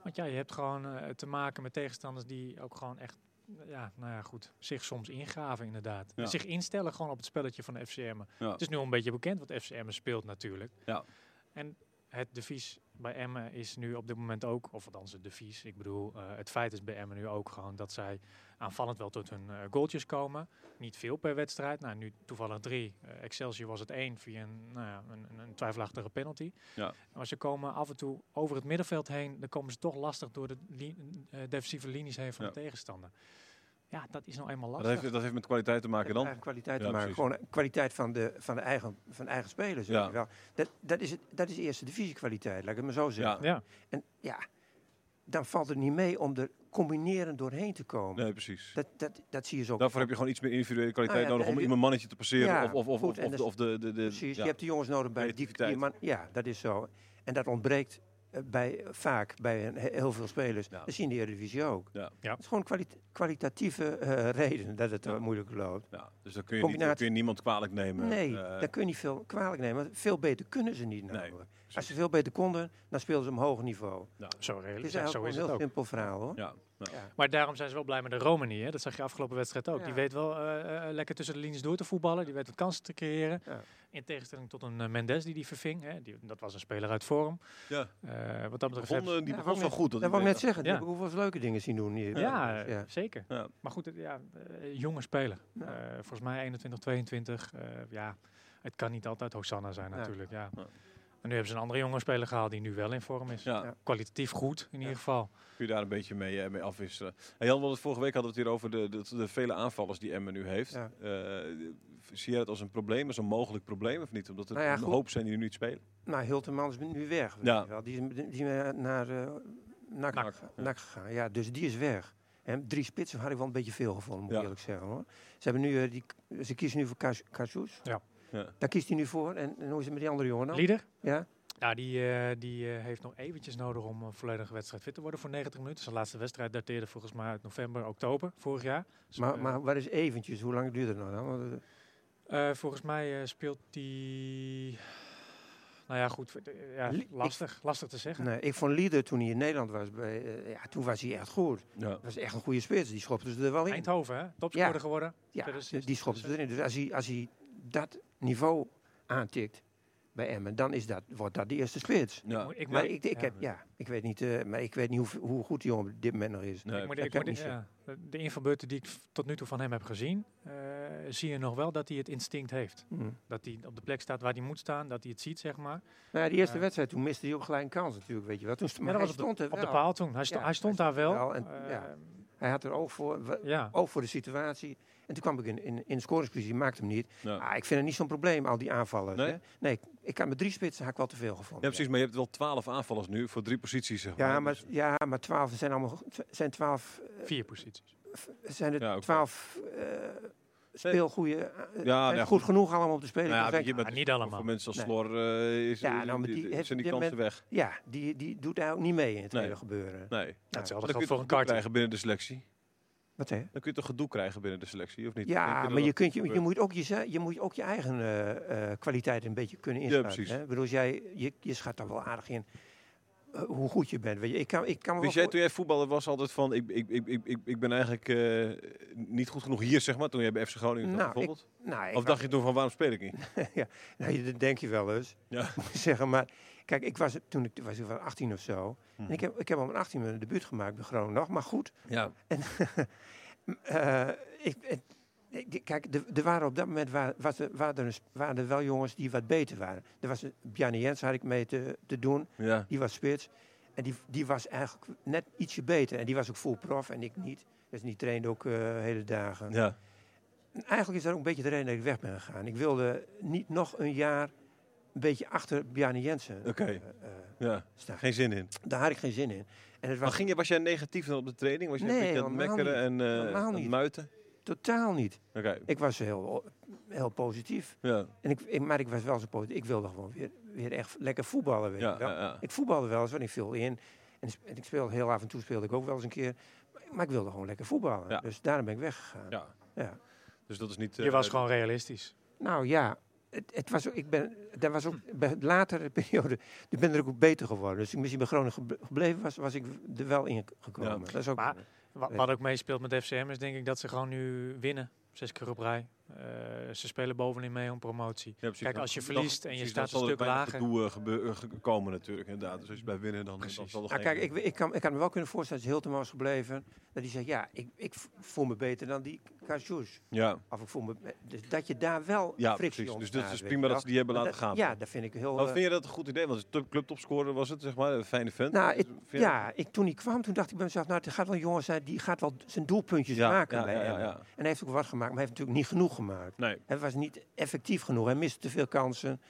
[SPEAKER 3] want ja, je hebt gewoon eh, te maken met tegenstanders die ook gewoon echt, ja, nou ja, goed, zich soms ingraven inderdaad.
[SPEAKER 1] Ja.
[SPEAKER 3] Zich instellen gewoon op het spelletje van de FCM.
[SPEAKER 1] Ja.
[SPEAKER 3] Het is nu al een beetje bekend wat FCM speelt natuurlijk.
[SPEAKER 1] Ja.
[SPEAKER 3] En het devies bij Emmen is nu op dit moment ook, of althans het devies, ik bedoel, eh, het feit is bij Emmen nu ook gewoon dat zij aanvallend wel tot hun eh, goaltjes komen. Niet veel per wedstrijd, nou nu toevallig drie. Eh, Excelsior was het één via een, nou ja, een, een- een twijfelachtige penalty.
[SPEAKER 1] Ja.
[SPEAKER 3] Maar ze komen af en toe over het middenveld heen, dan komen ze toch lastig door de li- eh, defensieve linies heen van
[SPEAKER 1] Ja.
[SPEAKER 3] de tegenstander. Ja, dat is nou eenmaal
[SPEAKER 1] Maar
[SPEAKER 3] lastig.
[SPEAKER 1] Dat heeft, dat heeft met kwaliteit te maken dan.
[SPEAKER 2] Eigen kwaliteit te
[SPEAKER 1] Ja,
[SPEAKER 2] maken.
[SPEAKER 1] precies.
[SPEAKER 2] Gewoon kwaliteit van de, van de eigen, van eigen spelers.
[SPEAKER 1] Ja.
[SPEAKER 2] weet je Wel. Dat, dat, is het, dat is eerste divisie kwaliteit, laat ik het maar zo zeggen.
[SPEAKER 1] Ja.
[SPEAKER 3] Ja.
[SPEAKER 2] En ja, dan valt het niet mee om er combinerend doorheen te komen.
[SPEAKER 1] Nee, precies.
[SPEAKER 2] Dat, dat, dat zie je zo.
[SPEAKER 1] Daarvoor heb je gewoon iets meer individuele kwaliteit
[SPEAKER 2] Nou ja,
[SPEAKER 1] nodig om
[SPEAKER 2] de-
[SPEAKER 1] iemand mannetje te passeren.
[SPEAKER 2] Ja,
[SPEAKER 1] of, of, of,
[SPEAKER 2] goed,
[SPEAKER 1] of,
[SPEAKER 2] en
[SPEAKER 1] of,
[SPEAKER 2] dat-
[SPEAKER 1] of de, de, de,
[SPEAKER 2] Precies,
[SPEAKER 1] ja.
[SPEAKER 2] je hebt de jongens nodig bij die,
[SPEAKER 1] Creativiteit.
[SPEAKER 2] die man. Ja, dat is zo. En dat ontbreekt eh, bij, vaak bij een, he- heel veel spelers.
[SPEAKER 1] Ja.
[SPEAKER 2] Dat zie je in de Eredivisie ook.
[SPEAKER 1] Ja.
[SPEAKER 3] Ja.
[SPEAKER 2] Het is gewoon kwali- kwalitatieve eh, reden dat het eh,
[SPEAKER 1] Ja.
[SPEAKER 2] moeilijk loopt.
[SPEAKER 1] Ja, dus dan kun je, niet, dan
[SPEAKER 2] Combinatie.
[SPEAKER 1] kun je niemand kwalijk nemen.
[SPEAKER 2] Nee,
[SPEAKER 1] Eh,
[SPEAKER 2] daar kun je niet veel kwalijk nemen. Want veel beter kunnen ze niet namelijk. Als
[SPEAKER 1] precies.
[SPEAKER 2] ze veel beter konden, dan speelden ze op hoger niveau.
[SPEAKER 3] Zo,
[SPEAKER 2] Het
[SPEAKER 3] reëel-
[SPEAKER 2] is
[SPEAKER 3] ja, zo
[SPEAKER 2] eigenlijk
[SPEAKER 3] is
[SPEAKER 2] een
[SPEAKER 3] het
[SPEAKER 2] heel
[SPEAKER 3] ook.
[SPEAKER 2] simpel verhaal hoor.
[SPEAKER 1] ja, ja.
[SPEAKER 2] Ja.
[SPEAKER 3] Maar daarom zijn ze wel blij met de Romani. Hè? Dat zag je afgelopen wedstrijd ook. Die
[SPEAKER 2] Ja.
[SPEAKER 3] weet wel eh, eh, lekker tussen de linies door te voetballen. Die weet wat kansen te creëren.
[SPEAKER 2] Ja.
[SPEAKER 3] In tegenstelling tot een eh, Mendes die die verving. Hè? Die, dat was een speler uit vorm.
[SPEAKER 1] Ja.
[SPEAKER 3] Eh, wat dat betreft... heb-
[SPEAKER 1] Begonnen, die
[SPEAKER 2] Ja,
[SPEAKER 1] begon
[SPEAKER 2] wou
[SPEAKER 1] zo
[SPEAKER 2] ik
[SPEAKER 1] goed.
[SPEAKER 2] Dat
[SPEAKER 1] die
[SPEAKER 2] wou ik net
[SPEAKER 1] deed-
[SPEAKER 2] zeggen.
[SPEAKER 3] Ja.
[SPEAKER 2] Die hebben hoeveel leuke dingen zien doen hier.
[SPEAKER 3] ja,
[SPEAKER 2] Ja.
[SPEAKER 3] eh, zeker.
[SPEAKER 1] Ja.
[SPEAKER 3] Maar goed, het- ja, eh, jonge speler.
[SPEAKER 2] Ja.
[SPEAKER 3] Eh, volgens mij 21, 22. eh, ja, het kan niet altijd Hosanna zijn
[SPEAKER 2] Ja.
[SPEAKER 3] natuurlijk. Ja.
[SPEAKER 1] Ja.
[SPEAKER 3] En nu hebben ze een andere jonge speler gehaald die nu wel in vorm is.
[SPEAKER 1] Ja,
[SPEAKER 2] Ja.
[SPEAKER 3] Kwalitatief goed in ieder geval.
[SPEAKER 1] kun je daar een beetje mee, eh, mee afwisselen. En Jan, we hadden het vorige week hadden we het hier over de, de, de vele aanvallers die Emmen nu heeft.
[SPEAKER 2] Ja.
[SPEAKER 1] Eh, zie je dat als een probleem, als een mogelijk probleem of niet? Omdat er
[SPEAKER 2] Nou ja,
[SPEAKER 1] een
[SPEAKER 2] goed.
[SPEAKER 1] hoop zijn die nu niet spelen.
[SPEAKER 2] Nou, Hilterman is nu weg. weet
[SPEAKER 1] Ja.
[SPEAKER 2] je wel. Die is die is naar, naar eh, NAC,
[SPEAKER 3] NAC,
[SPEAKER 2] gegaan-
[SPEAKER 1] ja.
[SPEAKER 2] NAC gegaan. Ja, dus die is weg. En drie spitsen had ik wel een beetje veel gevonden, moet ik
[SPEAKER 1] Ja.
[SPEAKER 2] eerlijk zeggen hoor. Ze, hebben nu, eh, die, ze kiezen nu voor Cas- Casus.
[SPEAKER 3] Ja.
[SPEAKER 1] Ja.
[SPEAKER 2] Daar kiest hij nu voor. En, en hoe is het met die andere jongen dan?
[SPEAKER 3] Lieder?
[SPEAKER 2] Ja?
[SPEAKER 3] Nou, die, eh, die eh, heeft nog eventjes nodig om een volledige wedstrijd fit te worden voor 90 minuten. Zijn laatste wedstrijd dateerde volgens mij uit november, oktober vorig jaar. Dus,
[SPEAKER 2] Maar,
[SPEAKER 3] eh,
[SPEAKER 2] maar wat is eventjes? Hoe lang duurt het nou dan? Want, eh,
[SPEAKER 3] eh, volgens mij eh, speelt die... Nou ja, goed. eh, ja,
[SPEAKER 2] Li- ik-
[SPEAKER 3] lastig, lastig te zeggen.
[SPEAKER 2] eh, nee, ik vond Lieder toen hij in Nederland was, bij, eh, ja, toen was hij echt goed.
[SPEAKER 1] Ja.
[SPEAKER 2] Dat was echt een goede spits. Die schopte ze er wel in.
[SPEAKER 3] Eindhoven, hè? Topscorer
[SPEAKER 2] Nou, Ja.
[SPEAKER 3] geworden.
[SPEAKER 2] Ja,
[SPEAKER 3] 2016,
[SPEAKER 2] die schopte ze
[SPEAKER 3] 2017.
[SPEAKER 2] erin. Dus als hij, als hij dat niveau aantikt, bij Emmen, dan is dat, wordt dat de eerste spits.
[SPEAKER 1] Ja.
[SPEAKER 3] Moet- Ik
[SPEAKER 2] Maar
[SPEAKER 3] moet-
[SPEAKER 2] ik, ik,
[SPEAKER 3] ja.
[SPEAKER 2] heb, ja, ik weet niet, eh, maar ik weet niet hoe, hoe goed die jongen op dit moment nog is.
[SPEAKER 1] Nee.
[SPEAKER 3] Ik moet-
[SPEAKER 2] dat
[SPEAKER 3] ik
[SPEAKER 2] kan
[SPEAKER 3] moet-
[SPEAKER 2] niet zo.
[SPEAKER 3] ja, de- de invalbeurten die ik v- tot nu toe van hem heb gezien, eh, zie je nog wel dat hij het instinct heeft.
[SPEAKER 2] Hm.
[SPEAKER 3] Dat hij op de plek staat waar hij moet staan, dat hij het ziet, zeg maar.
[SPEAKER 2] Nou, ja, die eerste
[SPEAKER 3] Ja.
[SPEAKER 2] wedstrijd, toen miste hij ook gelijk een kans natuurlijk, weet je wel. Toen st-
[SPEAKER 3] Ja,
[SPEAKER 2] maar
[SPEAKER 3] dat
[SPEAKER 2] hij
[SPEAKER 3] was op
[SPEAKER 2] stond
[SPEAKER 3] de,
[SPEAKER 2] er
[SPEAKER 3] op de
[SPEAKER 2] wel.
[SPEAKER 3] paal toen. Hij, sto-
[SPEAKER 2] Ja,
[SPEAKER 3] hij stond daar wel.
[SPEAKER 2] wel en-
[SPEAKER 3] Eh,
[SPEAKER 2] ja. Hij had er oog voor, wa-
[SPEAKER 3] ja.
[SPEAKER 2] oog voor de situatie. En toen kwam ik in, in, in de scoringspositie, maakte hem niet.
[SPEAKER 1] Ja.
[SPEAKER 2] Ah, ik vind het niet zo'n probleem, al die aanvallen.
[SPEAKER 1] Nee?
[SPEAKER 2] Nee, nee ik, ik had met drie spitsen had ik wel te veel
[SPEAKER 1] Ja,
[SPEAKER 2] gevonden.
[SPEAKER 1] precies. Maar je hebt wel twaalf aanvallers nu voor drie posities, zeg maar.
[SPEAKER 2] Ja, maar,
[SPEAKER 1] Dus-
[SPEAKER 2] ja, maar twaalf zijn allemaal go- twa- zijn twaalf,
[SPEAKER 3] Vier posities.
[SPEAKER 2] zijn
[SPEAKER 1] Ja,
[SPEAKER 2] er
[SPEAKER 1] ook
[SPEAKER 2] twaalf eh speelgoede, eh,
[SPEAKER 1] Ja,
[SPEAKER 2] zijn
[SPEAKER 1] nou,
[SPEAKER 2] goed genoeg allemaal om te spelen.
[SPEAKER 1] Nou ja,
[SPEAKER 2] Ik zeg,
[SPEAKER 1] je bent
[SPEAKER 3] Ah, niet allemaal.
[SPEAKER 1] Voor mensen als
[SPEAKER 2] Nee.
[SPEAKER 1] Slor eh, is,
[SPEAKER 2] Ja, nou, maar
[SPEAKER 1] die,
[SPEAKER 2] die heeft-
[SPEAKER 1] zijn die
[SPEAKER 2] je
[SPEAKER 1] kansen
[SPEAKER 2] bent-
[SPEAKER 1] weg.
[SPEAKER 2] ja, die, die doet daar ook niet mee in het
[SPEAKER 1] Nee.
[SPEAKER 2] hele gebeuren.
[SPEAKER 1] Nee. Maar dan
[SPEAKER 3] Ja, hetzelfde
[SPEAKER 1] kun je
[SPEAKER 3] geldt voor
[SPEAKER 1] toch
[SPEAKER 3] een
[SPEAKER 1] gedoe
[SPEAKER 3] kart.
[SPEAKER 1] krijgen binnen de selectie.
[SPEAKER 2] Wat hè?
[SPEAKER 1] Dan kun je toch gedoe krijgen binnen de selectie, of niet? Dan kun
[SPEAKER 2] Ja,
[SPEAKER 1] er
[SPEAKER 2] maar je,
[SPEAKER 1] wat
[SPEAKER 2] kunt, je, je,
[SPEAKER 1] gebeuren.
[SPEAKER 2] moet ook je, je moet ook je eigen eh, eh, kwaliteit een beetje kunnen
[SPEAKER 1] Ja,
[SPEAKER 2] inschatten.
[SPEAKER 1] precies.
[SPEAKER 2] hè. Ik bedoel, als jij, je, je schat dan wel aardig in eh, hoe goed je bent. Weet je, ik kan, ik kan me wel
[SPEAKER 1] Wist jij
[SPEAKER 2] voor-
[SPEAKER 1] toen jij voetballer was altijd van, ik, ik, ik, ik, ik, ik ben eigenlijk eh, niet goed genoeg hier, zeg maar, toen jij bij FC Groningen zat
[SPEAKER 2] Nou, ik-
[SPEAKER 1] bijvoorbeeld?
[SPEAKER 2] nou, ik
[SPEAKER 1] Of
[SPEAKER 2] was-
[SPEAKER 1] dacht je toen van, waarom speel ik niet?
[SPEAKER 2] Nee, dat denk je wel eens.
[SPEAKER 1] Ja.
[SPEAKER 2] Moet ik zeggen, maar kijk, ik was toen ik was ik wel 18 of zo.
[SPEAKER 1] Hm.
[SPEAKER 2] En ik heb, ik heb op mijn 18 mijn debuut gemaakt bij Groningen nog, maar goed.
[SPEAKER 1] Ja.
[SPEAKER 2] Eh, ik, het- ik- kijk, er- er waren op dat moment wa- was er- waren, er, een sp- waren er wel jongens die wat beter waren. Er was een- Bjarne Jens had ik mee te, te doen.
[SPEAKER 1] Ja.
[SPEAKER 2] Die was spits. En die, die was eigenlijk net ietsje beter. En die was ook full prof en ik niet. Dus die trainde ook eh, hele dagen.
[SPEAKER 1] Ja.
[SPEAKER 2] En eigenlijk is dat ook een beetje de reden dat ik weg ben gegaan. Ik wilde niet nog een jaar een beetje achter Bjarne Jensen eh,
[SPEAKER 1] Oké.
[SPEAKER 2] eh,
[SPEAKER 1] ja.
[SPEAKER 2] staan.
[SPEAKER 1] Geen zin in.
[SPEAKER 2] Daar had ik geen zin in. En het was
[SPEAKER 1] Maar ging je, was jij negatief dan op de training? Was je een
[SPEAKER 2] Nee,
[SPEAKER 1] beetje aan het
[SPEAKER 2] helemaal
[SPEAKER 1] mekkeren en eh,
[SPEAKER 2] Helemaal
[SPEAKER 1] aan het
[SPEAKER 2] niet.
[SPEAKER 1] muiten?
[SPEAKER 2] totaal niet.
[SPEAKER 1] Oké.
[SPEAKER 2] Ik was heel, heel positief.
[SPEAKER 1] Ja.
[SPEAKER 2] En ik, ik- maar ik was wel zo positief. Ik wilde gewoon weer, weer echt lekker voetballen. Weet
[SPEAKER 1] Ja,
[SPEAKER 2] je wel.
[SPEAKER 1] ja, ja.
[SPEAKER 2] Ik voetbalde wel eens, want ik viel in. En, sp- en ik speelde heel af en toe speelde ik ook wel eens een keer. Maar, maar ik wilde gewoon lekker voetballen.
[SPEAKER 1] Ja.
[SPEAKER 2] Dus daarom ben ik weggegaan.
[SPEAKER 1] Ja.
[SPEAKER 2] Ja.
[SPEAKER 1] Dus dat is niet...
[SPEAKER 3] Je was gewoon realistisch.
[SPEAKER 2] Nou ja, het, het was ook, ik ben, daar was ook bij de latere periode, ik ben er ook beter geworden. Dus ik misschien bij Groningen geble- gebleven was, was ik er wel in gekomen.
[SPEAKER 1] Ja.
[SPEAKER 2] Dat is ook,
[SPEAKER 3] Maar- Wa-
[SPEAKER 2] Ja.
[SPEAKER 3] Wat ook meespeelt met FCM is denk ik dat ze gewoon nu winnen. Zes keer op rij. Eh, ze spelen bovenin mee om promotie. Kijk, als je verliest en je staat een stuk lager.
[SPEAKER 1] Doe eh, komen natuurlijk inderdaad. Dus als je bij winnen dan, dan
[SPEAKER 3] Precies.
[SPEAKER 1] zal er
[SPEAKER 2] nou,
[SPEAKER 1] geen-
[SPEAKER 2] kijk, ik, ik, kan, ik kan me wel kunnen voorstellen dat Hilton was gebleven. Dat hij zegt, ja, ik, ik v- voel me beter dan die Kajus.
[SPEAKER 1] ja,
[SPEAKER 2] Of ik voel me, dus dat je daar wel
[SPEAKER 1] ja
[SPEAKER 2] frictie
[SPEAKER 1] precies. Dus
[SPEAKER 2] ontstaat,
[SPEAKER 1] dat is
[SPEAKER 2] weet
[SPEAKER 1] prima
[SPEAKER 2] je
[SPEAKER 1] dat ze
[SPEAKER 2] wel.
[SPEAKER 1] die hebben
[SPEAKER 2] Maar
[SPEAKER 1] laten
[SPEAKER 2] dat-
[SPEAKER 1] gaan.
[SPEAKER 2] Ja, dat vind ik heel...
[SPEAKER 1] Maar
[SPEAKER 2] eh,
[SPEAKER 1] Oh, vind je dat een goed idee? Want de clubtopscorer was het, zeg maar, een fijne vent.
[SPEAKER 2] nou, ik-
[SPEAKER 1] Vind je dat-
[SPEAKER 2] ja, ik, toen hij kwam, toen dacht ik bij mezelf, nou, het gaat wel een jongen zijn, die gaat wel zijn doelpuntjes
[SPEAKER 1] Ja,
[SPEAKER 2] maken
[SPEAKER 1] ja,
[SPEAKER 2] bij
[SPEAKER 1] ja, ja,
[SPEAKER 2] Emmen.
[SPEAKER 1] ja.
[SPEAKER 2] En hij heeft ook wat gemaakt, maar hij heeft natuurlijk niet genoeg gemaakt.
[SPEAKER 1] Nee,
[SPEAKER 2] Hij was niet effectief genoeg. Hij miste te veel kansen.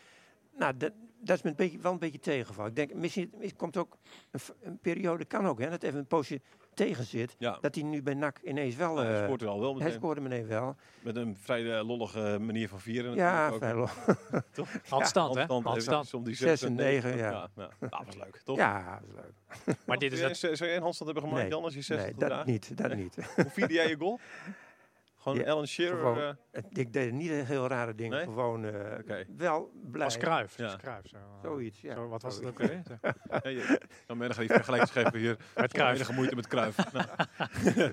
[SPEAKER 2] Nou, dat, dat is me een beetje, wel een beetje tegenval. Ik denk, misschien misschien komt ook een, f- een periode, kan ook, hè, dat even een poosje tegen zit.
[SPEAKER 1] ja.
[SPEAKER 2] Dat hij nu bij NAC ineens wel...
[SPEAKER 1] Nou, hij
[SPEAKER 2] eh,
[SPEAKER 1] scoort er al wel
[SPEAKER 2] hij
[SPEAKER 1] meteen.
[SPEAKER 2] scoorde meteen wel.
[SPEAKER 1] Met een vrij eh, lollige manier van vieren.
[SPEAKER 2] Ja,
[SPEAKER 1] natuurlijk
[SPEAKER 2] vrij lo-
[SPEAKER 3] Handstand, hè?
[SPEAKER 1] Handstand,
[SPEAKER 3] Handstand.
[SPEAKER 1] eventjes om die
[SPEAKER 2] Zes en
[SPEAKER 1] negen.
[SPEAKER 2] negen, ja.
[SPEAKER 1] ja. Nou, was leuk, toch?
[SPEAKER 2] ja, dat is leuk.
[SPEAKER 3] Maar dit is
[SPEAKER 1] Zou jij-
[SPEAKER 3] dat.
[SPEAKER 1] Zou zou jij een handstand hebben gemaakt,
[SPEAKER 2] Nee,
[SPEAKER 1] Jan, als je zes
[SPEAKER 2] Nee,
[SPEAKER 1] had
[SPEAKER 2] dat
[SPEAKER 1] gedaan?
[SPEAKER 2] niet. Dat
[SPEAKER 1] Nee.
[SPEAKER 2] niet.
[SPEAKER 1] Hoe vierde jij je goal? Gewoon
[SPEAKER 2] Ja,
[SPEAKER 1] Alan Shearer?
[SPEAKER 2] gewoon-
[SPEAKER 1] eh,
[SPEAKER 2] Ik deed niet een heel rare dingen.
[SPEAKER 1] Nee?
[SPEAKER 2] Gewoon eh,
[SPEAKER 1] Oké.
[SPEAKER 2] wel blij.
[SPEAKER 3] Was Kruif.
[SPEAKER 1] Ja.
[SPEAKER 3] Was Kruif zo. eh,
[SPEAKER 2] Zoiets, ja.
[SPEAKER 3] zo, wat was het ook
[SPEAKER 2] Zoiets.
[SPEAKER 3] weer?
[SPEAKER 1] Nee, je- dan ben je die vergelijking schepen hier. Kruif.
[SPEAKER 3] Met Kruif.
[SPEAKER 1] Enige moeite met Kruif. Nou,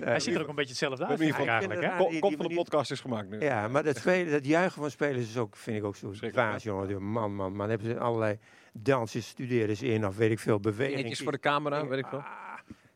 [SPEAKER 3] Hij ziet er ook een beetje hetzelfde uit.
[SPEAKER 1] in ieder
[SPEAKER 3] vind ik
[SPEAKER 2] geval-
[SPEAKER 3] eigenlijk, hè?
[SPEAKER 2] Ja,
[SPEAKER 1] Nou, ko-
[SPEAKER 2] die-
[SPEAKER 1] kop
[SPEAKER 2] die
[SPEAKER 1] van de
[SPEAKER 2] manier-
[SPEAKER 1] podcast is gemaakt nu.
[SPEAKER 2] Ja, maar dat, spelen, dat juichen van spelers is ook, vind ik ook zo
[SPEAKER 1] Verschrikkelijk,
[SPEAKER 2] dwaas, jongen. Man, man, man. Hebben ze allerlei dansjes, studeren ze in of weet ik veel, bewegingen.
[SPEAKER 1] Dingetjes voor de camera, weet ik wel.
[SPEAKER 2] Ah,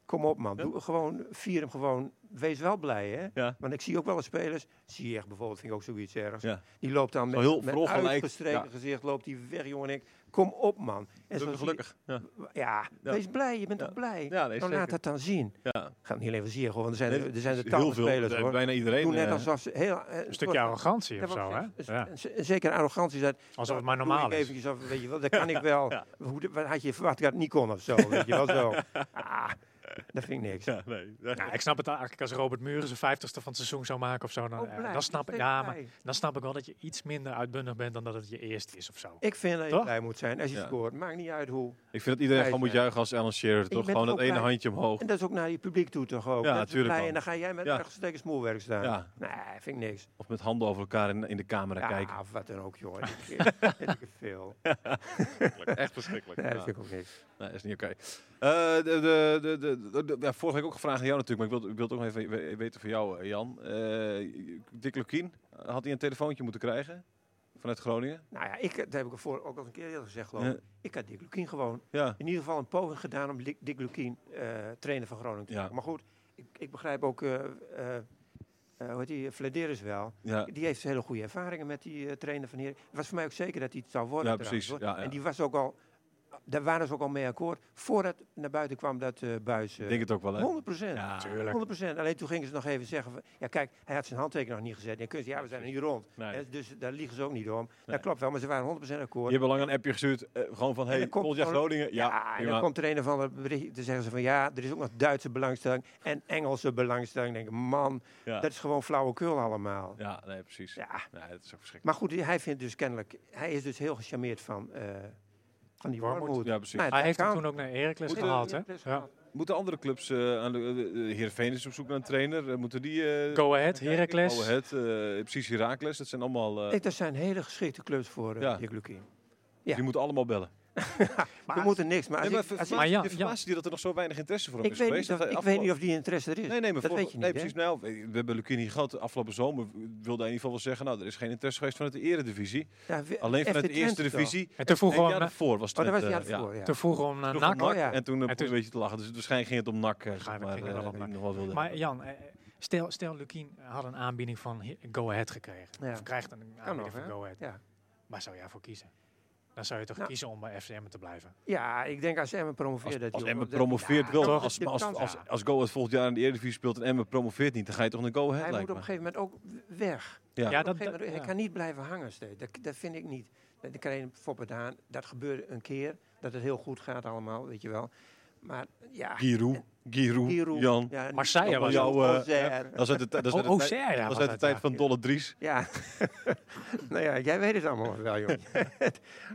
[SPEAKER 2] kom op, man. Doe gewoon, vier hem gewoon. Wees wel blij, hè.
[SPEAKER 1] Ja.
[SPEAKER 2] Want ik zie ook wel eens spelers, zie je echt bijvoorbeeld, vind ik ook zoiets ergs.
[SPEAKER 1] Ja.
[SPEAKER 2] Die loopt dan met,
[SPEAKER 1] heel
[SPEAKER 2] met
[SPEAKER 1] verongelijkt,
[SPEAKER 2] uitgestreken
[SPEAKER 1] ja.
[SPEAKER 2] gezicht, loopt die weg, jongen. En ik, kom op, man. En zo
[SPEAKER 1] Gelukkig.
[SPEAKER 2] zie je-
[SPEAKER 1] gelukkig. Ja.
[SPEAKER 2] Ja,
[SPEAKER 1] Ja.
[SPEAKER 2] wees blij. Je bent
[SPEAKER 1] Ja.
[SPEAKER 2] toch blij?
[SPEAKER 1] Ja, nee,
[SPEAKER 2] nou,
[SPEAKER 1] zeker.
[SPEAKER 2] laat dat dan zien.
[SPEAKER 1] Ja.
[SPEAKER 2] Gaat niet alleen van Ziyech, hoor, want er zijn,
[SPEAKER 1] Nee,
[SPEAKER 2] er zijn er
[SPEAKER 1] heel
[SPEAKER 2] tal
[SPEAKER 1] veel,
[SPEAKER 2] spelers,
[SPEAKER 1] eh,
[SPEAKER 2] hoor.
[SPEAKER 1] Bijna iedereen.
[SPEAKER 2] Doen net
[SPEAKER 1] eh,
[SPEAKER 2] alsof ze heel... eh,
[SPEAKER 3] Een stukje
[SPEAKER 2] soort-
[SPEAKER 3] arrogantie of
[SPEAKER 2] dat
[SPEAKER 3] zo,
[SPEAKER 2] was
[SPEAKER 3] hè?
[SPEAKER 2] echt-
[SPEAKER 3] Ja.
[SPEAKER 2] een z- Zeker een arrogantie. Dat,
[SPEAKER 3] Alsof het
[SPEAKER 2] nou,
[SPEAKER 3] maar
[SPEAKER 2] doe
[SPEAKER 3] normaal
[SPEAKER 2] ik
[SPEAKER 3] is.
[SPEAKER 2] eventjes af, weet je wel, dat kan ik wel. Hoe, de- wat had je verwacht dat ik niet kon of zo, weet je wel zo. Ah, dat vind ik niks.
[SPEAKER 1] Ja, nee.
[SPEAKER 3] Ja, Nou, ik snap het eigenlijk als Robert Muren zijn vijftigste van het seizoen zou maken of zo. Dan,
[SPEAKER 2] Ook
[SPEAKER 3] eh,
[SPEAKER 2] blij,
[SPEAKER 3] dan, snap, ik,
[SPEAKER 2] steeds
[SPEAKER 3] ja, maar
[SPEAKER 2] blij.
[SPEAKER 3] dan snap ik wel dat je iets minder uitbundig bent dan dat het je eerst is of zo.
[SPEAKER 2] Ik vind dat je
[SPEAKER 3] Toch?
[SPEAKER 2] blij moet zijn als je
[SPEAKER 1] Ja.
[SPEAKER 2] scoort. Maakt niet uit hoe.
[SPEAKER 1] Ik vind dat iedereen
[SPEAKER 2] Hij
[SPEAKER 1] gewoon moet
[SPEAKER 2] zei-
[SPEAKER 1] juichen als Alan Shearer. Toch?
[SPEAKER 2] bent
[SPEAKER 1] Gewoon dat
[SPEAKER 2] ook
[SPEAKER 1] ene
[SPEAKER 2] blij.
[SPEAKER 1] handje omhoog.
[SPEAKER 2] En dat is ook naar je publiek toe toch ook.
[SPEAKER 1] Ja,
[SPEAKER 2] Dat is
[SPEAKER 1] tuurlijk
[SPEAKER 2] blij
[SPEAKER 1] wel.
[SPEAKER 2] En dan ga jij met
[SPEAKER 1] Ja.
[SPEAKER 2] uitgestreken smoelwerk staan.
[SPEAKER 1] Ja.
[SPEAKER 2] Nee, vind ik niks.
[SPEAKER 1] Of met handen over elkaar in, in de camera
[SPEAKER 2] Ja,
[SPEAKER 1] kijken.
[SPEAKER 2] of wat dan ook, joh. Dat vind ik veel.
[SPEAKER 1] Echt verschrikkelijk.
[SPEAKER 2] Nee, dat
[SPEAKER 1] Ja.
[SPEAKER 2] vind ik ook niks.
[SPEAKER 1] Nee, dat is niet oké. Eh, de, de, de, de, de- de- ja, vorige week ook gevraagd aan jou natuurlijk, maar ik wil, ik wil het ook nog even we- weten van jou, eh, Jan. Eh Dick Lukien, had hij een telefoontje moeten krijgen? vanuit Groningen?
[SPEAKER 2] Nou ja, ik, eh, dat heb ik voor ook al een keer eerder gezegd, geloof ik.
[SPEAKER 1] Ja.
[SPEAKER 2] Ik had Dick Lukien gewoon.
[SPEAKER 1] Ja.
[SPEAKER 2] In ieder geval een poging gedaan om Dick- Dick Lukien eh, trainer van Groningen te
[SPEAKER 1] Ja.
[SPEAKER 2] maken. Maar goed, ik, ik begrijp ook, eh eh, eh, hoe heet die, Flederis wel.
[SPEAKER 1] Ja.
[SPEAKER 2] Die heeft hele goede ervaringen met die eh, trainer van hier. Het was voor mij ook zeker dat hij het zou worden.
[SPEAKER 1] Ja,
[SPEAKER 2] trouwens,
[SPEAKER 1] precies.
[SPEAKER 2] hoor.
[SPEAKER 1] Ja, ja.
[SPEAKER 2] En die was ook al, daar waren ze ook al mee akkoord. Voordat naar buiten kwam dat eh buis. eh,
[SPEAKER 1] Ik denk het ook wel, hè?
[SPEAKER 2] 100 procent.
[SPEAKER 1] Ja,
[SPEAKER 2] 100 Alleen toen gingen ze nog even zeggen: van, ja, kijk, hij had zijn handtekening nog niet gezet. En kun je, ja, we zijn er niet rond.
[SPEAKER 1] Nee.
[SPEAKER 2] Hè, Dus daar liegen ze ook niet om.
[SPEAKER 1] Nee.
[SPEAKER 2] Dat klopt wel, maar ze waren 100%
[SPEAKER 1] Je
[SPEAKER 2] akkoord.
[SPEAKER 1] hebt al lang een appje gestuurd, eh, gewoon van,
[SPEAKER 2] En
[SPEAKER 1] hey,
[SPEAKER 2] dan komt
[SPEAKER 1] Cold Jack
[SPEAKER 2] gewoon-
[SPEAKER 1] Groningen? Ja,
[SPEAKER 2] en
[SPEAKER 1] prima.
[SPEAKER 2] dan komt er een of ander bericht. Dan zeggen ze van ja, er is ook nog Duitse belangstelling en Engelse belangstelling. Dan denk ik, man,
[SPEAKER 1] ja.
[SPEAKER 2] dat is gewoon flauwekul allemaal.
[SPEAKER 1] ja, nee, precies. Ja.
[SPEAKER 2] Ja.
[SPEAKER 1] Nee, dat is ook verschrikkelijk.
[SPEAKER 2] Maar goed, hij vindt dus kennelijk, hij is dus heel gecharmeerd van, eh, van die
[SPEAKER 3] Wormoed.
[SPEAKER 2] warmoed. Nou,
[SPEAKER 1] Ja, precies.
[SPEAKER 3] Hij heeft hem toen ook naar Heracles
[SPEAKER 1] Moet, eh,
[SPEAKER 3] gehaald, hè? Ja.
[SPEAKER 1] Moeten andere clubs, eh aan de, eh, eh, Heerenveen is op zoek naar een trainer, Eh, moeten die... eh,
[SPEAKER 3] Go Ahead,
[SPEAKER 1] kijken?
[SPEAKER 3] Heracles.
[SPEAKER 1] Go Ahead, eh, precies Heracles, dat zijn allemaal... eh,
[SPEAKER 2] Ik, dat zijn hele geschikte clubs voor eh
[SPEAKER 1] Ja.
[SPEAKER 2] Dick Lukien.
[SPEAKER 1] Die moeten allemaal bellen.
[SPEAKER 2] We moeten niks, maar, als
[SPEAKER 1] Nee, maar
[SPEAKER 2] ik- als
[SPEAKER 1] verbaast-
[SPEAKER 2] ik-
[SPEAKER 3] Maar ja,
[SPEAKER 1] je verbaast je dat er nog zo weinig interesse voor hem
[SPEAKER 2] Ik
[SPEAKER 1] is
[SPEAKER 2] weet,
[SPEAKER 1] geweest?
[SPEAKER 2] niet of,
[SPEAKER 1] Dat hij
[SPEAKER 2] ik weet
[SPEAKER 1] afgelopen-
[SPEAKER 2] niet of die interesse er is.
[SPEAKER 1] Nee, nee, maar
[SPEAKER 2] dat
[SPEAKER 1] vorige-
[SPEAKER 2] weet je
[SPEAKER 1] nee,
[SPEAKER 2] niet.
[SPEAKER 1] precies.
[SPEAKER 2] hè?
[SPEAKER 1] Nou, we hebben Lukien niet gehad. Afgelopen zomer wilde hij in ieder geval wel zeggen... nou, er is geen interesse geweest vanuit de eredivisie.
[SPEAKER 2] Ja, we-
[SPEAKER 1] Alleen
[SPEAKER 2] FC
[SPEAKER 1] vanuit de eerste
[SPEAKER 2] Twente toch?
[SPEAKER 1] divisie.
[SPEAKER 3] En te vroeg
[SPEAKER 1] Nee, ja,
[SPEAKER 3] om,
[SPEAKER 1] daarvoor was het.
[SPEAKER 2] Oh, dat was die
[SPEAKER 1] net,
[SPEAKER 2] jaar
[SPEAKER 1] eh, ja.
[SPEAKER 2] ervoor, ja.
[SPEAKER 3] te vroeg om naar
[SPEAKER 1] Vroeg
[SPEAKER 3] NAC.
[SPEAKER 1] om NAC
[SPEAKER 2] Oh, ja.
[SPEAKER 1] en toen eh,
[SPEAKER 3] En
[SPEAKER 1] begon
[SPEAKER 3] toen-
[SPEAKER 1] een beetje te lachen. Dus waarschijnlijk ging het om NAC. eh, zeg
[SPEAKER 3] Waarschijnlijk
[SPEAKER 1] maar,
[SPEAKER 3] ging het
[SPEAKER 1] eh,
[SPEAKER 3] wel om
[SPEAKER 1] die
[SPEAKER 3] NAC.
[SPEAKER 1] nog wel wilde
[SPEAKER 3] Maar
[SPEAKER 1] hebben.
[SPEAKER 3] Jan, eh, stel, stel Lukien had een aanbieding van He- Go Ahead gekregen.
[SPEAKER 2] Ja.
[SPEAKER 3] Of krijgt een aanbieding
[SPEAKER 2] nog,
[SPEAKER 3] van
[SPEAKER 2] hè?
[SPEAKER 3] Go Ahead.
[SPEAKER 2] Ja.
[SPEAKER 3] Waar zou jij voor kiezen? Dan zou je toch
[SPEAKER 2] Nou.
[SPEAKER 3] kiezen om bij FCM te blijven.
[SPEAKER 2] Ja, ik denk als Emmen promoveert
[SPEAKER 1] Als,
[SPEAKER 2] dat
[SPEAKER 1] als
[SPEAKER 2] die-
[SPEAKER 1] Emmen
[SPEAKER 2] dat-
[SPEAKER 1] promoveert
[SPEAKER 2] Ja,
[SPEAKER 1] wel,
[SPEAKER 2] dat-
[SPEAKER 1] als,
[SPEAKER 2] de
[SPEAKER 1] maar als,
[SPEAKER 2] kans-
[SPEAKER 1] als,
[SPEAKER 2] ja.
[SPEAKER 1] als Go Ahead volgend jaar in de Eredivisie speelt en Emmen promoveert niet, dan ga je toch naar Go Ahead
[SPEAKER 2] hij moet
[SPEAKER 1] lijkt
[SPEAKER 2] op
[SPEAKER 1] me.
[SPEAKER 2] een gegeven moment ook w- weg.
[SPEAKER 1] Ja.
[SPEAKER 2] Op een gegeven moment-
[SPEAKER 3] ja.
[SPEAKER 2] Hij kan niet blijven hangen steeds. Dat, dat vind ik niet. Dat, dat kan je voor bedaan. Dat gebeurt een keer. Dat het heel goed gaat allemaal, weet je wel. Maar ja,
[SPEAKER 1] Giroud, Giroud,
[SPEAKER 2] Giroud,
[SPEAKER 1] Jan.
[SPEAKER 2] Ja,
[SPEAKER 3] Marseille
[SPEAKER 2] dat
[SPEAKER 3] was
[SPEAKER 1] jouw,
[SPEAKER 2] ook
[SPEAKER 1] eh,
[SPEAKER 2] Ozer.
[SPEAKER 1] Dat is uit de, tij- dat is
[SPEAKER 3] Oh,
[SPEAKER 1] uit de,
[SPEAKER 3] oh,
[SPEAKER 1] tij-
[SPEAKER 3] Serra
[SPEAKER 1] dat is
[SPEAKER 3] was
[SPEAKER 1] uit de
[SPEAKER 3] dat,
[SPEAKER 1] tijd
[SPEAKER 3] ja.
[SPEAKER 1] van Dolle Dries.
[SPEAKER 2] Ja, nou ja, jij weet het allemaal wel, joh.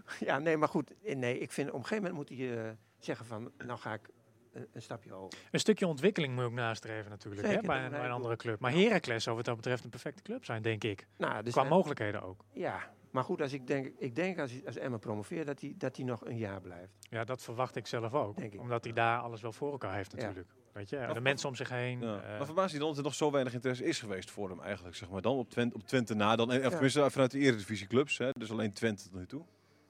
[SPEAKER 2] ja, nee, maar goed. eh, Nee, ik vind, op een gegeven moment moet hij eh, zeggen van, nou ga ik een, een stapje hoger.
[SPEAKER 3] Een stukje ontwikkeling moet je ook nastreven natuurlijk. Hè,
[SPEAKER 2] Zeker,
[SPEAKER 3] bij,
[SPEAKER 2] dat
[SPEAKER 3] een, bij
[SPEAKER 2] lijkt
[SPEAKER 3] een
[SPEAKER 2] me.
[SPEAKER 3] andere club. Maar Heracles zou wat dat betreft een perfecte club zijn, denk ik.
[SPEAKER 2] Nou, dus
[SPEAKER 3] Qua mogelijkheden ook.
[SPEAKER 2] ja, maar goed, als ik denk, ik denk als, als Emma promoveert, dat hij dat hij nog een jaar blijft.
[SPEAKER 3] Ja, dat verwacht ik zelf ook.
[SPEAKER 2] Denk ik.
[SPEAKER 3] Omdat hij daar alles wel voor elkaar heeft natuurlijk. Weet je, en de
[SPEAKER 1] Of-
[SPEAKER 3] mensen om zich heen.
[SPEAKER 1] Ja.
[SPEAKER 3] eh,
[SPEAKER 1] maar verbaas je dan dat er nog zo weinig interesse is geweest voor hem eigenlijk, zeg maar. Dan op Twente, op Twente na, dan, of
[SPEAKER 2] Ja.
[SPEAKER 1] tenminste eh, vanuit de Eredivisieclubs, hè, dus alleen Twente tot nu toe.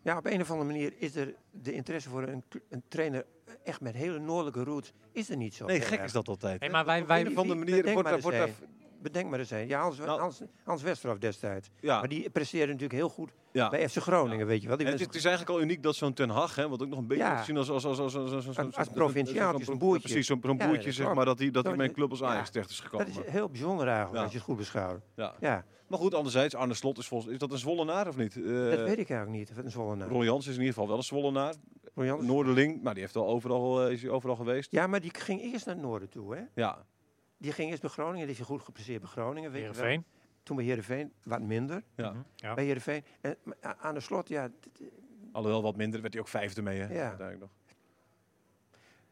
[SPEAKER 2] Ja, op een of andere manier is er de interesse voor een, cl- een trainer eh, echt met hele noordelijke roots, is er niet zo.
[SPEAKER 1] Nee,
[SPEAKER 2] heel
[SPEAKER 1] gek
[SPEAKER 2] erg.
[SPEAKER 1] is dat altijd.
[SPEAKER 3] hey, maar wij,
[SPEAKER 1] Op een
[SPEAKER 3] wij,
[SPEAKER 1] of andere
[SPEAKER 2] wie-
[SPEAKER 1] manier
[SPEAKER 2] bedenk
[SPEAKER 1] wordt daar...
[SPEAKER 2] maar
[SPEAKER 1] Wordt
[SPEAKER 2] eens
[SPEAKER 1] daar-
[SPEAKER 2] Bedenk maar eens een. Ja, Hans,
[SPEAKER 1] Nou-
[SPEAKER 2] Hans, Hans Westerhof destijds.
[SPEAKER 1] ja,
[SPEAKER 2] Maar die presteerde natuurlijk heel goed
[SPEAKER 1] ja.
[SPEAKER 2] bij FC Groningen, weet je wel. Die
[SPEAKER 1] En het, is,
[SPEAKER 2] mensen-
[SPEAKER 1] het is eigenlijk al uniek dat zo'n Ten Hag, hè, wat ook nog een beetje
[SPEAKER 2] Ja.
[SPEAKER 1] wordt gezien als... Als, als, als, als, als, als,
[SPEAKER 2] Als
[SPEAKER 1] zo'n-
[SPEAKER 2] provinciaal,
[SPEAKER 1] zo'n-
[SPEAKER 2] het is een
[SPEAKER 1] zo'n-
[SPEAKER 2] boertje.
[SPEAKER 1] Precies, zo'n zo'n
[SPEAKER 2] Ja,
[SPEAKER 1] boertje,
[SPEAKER 2] dat
[SPEAKER 1] zeg
[SPEAKER 2] klopt.
[SPEAKER 1] maar, dat hij dat hij
[SPEAKER 2] Dat
[SPEAKER 1] bij een
[SPEAKER 2] is-
[SPEAKER 1] club als Ajax
[SPEAKER 2] ja.
[SPEAKER 1] terecht is
[SPEAKER 2] dat
[SPEAKER 1] gekomen.
[SPEAKER 2] is heel bijzonder eigenlijk,
[SPEAKER 1] Ja.
[SPEAKER 2] als je het goed beschouwt.
[SPEAKER 1] ja.
[SPEAKER 2] Ja,
[SPEAKER 1] Maar goed, anderzijds, Arne Slot is volgens... Is dat een Zwollenaar of niet? Eh
[SPEAKER 2] dat weet ik eigenlijk niet. Een Zwollenaar.
[SPEAKER 1] Roy Jans is in ieder geval wel een Zwollenaar.
[SPEAKER 2] Roy Jansen.
[SPEAKER 1] Noorderling, maar die heeft al overal, eh, is hij overal geweest.
[SPEAKER 2] Ja, maar die ging eerst naar het noorden toe, hè.
[SPEAKER 1] Ja,
[SPEAKER 2] Die ging eerst bij Groningen, die is goed gepresteerd bij Groningen. Weet je wel.
[SPEAKER 3] Heerenveen.
[SPEAKER 2] Toen bij Heerenveen, wat minder.
[SPEAKER 1] ja.
[SPEAKER 3] Mhm, ja.
[SPEAKER 2] Bij Heerenveen. En, maar a- aan de slot, ja, d-
[SPEAKER 1] Alhoewel wat minder, werd hij ook vijfde mee. Hè?
[SPEAKER 2] Ja.
[SPEAKER 1] Uiteindelijk nog.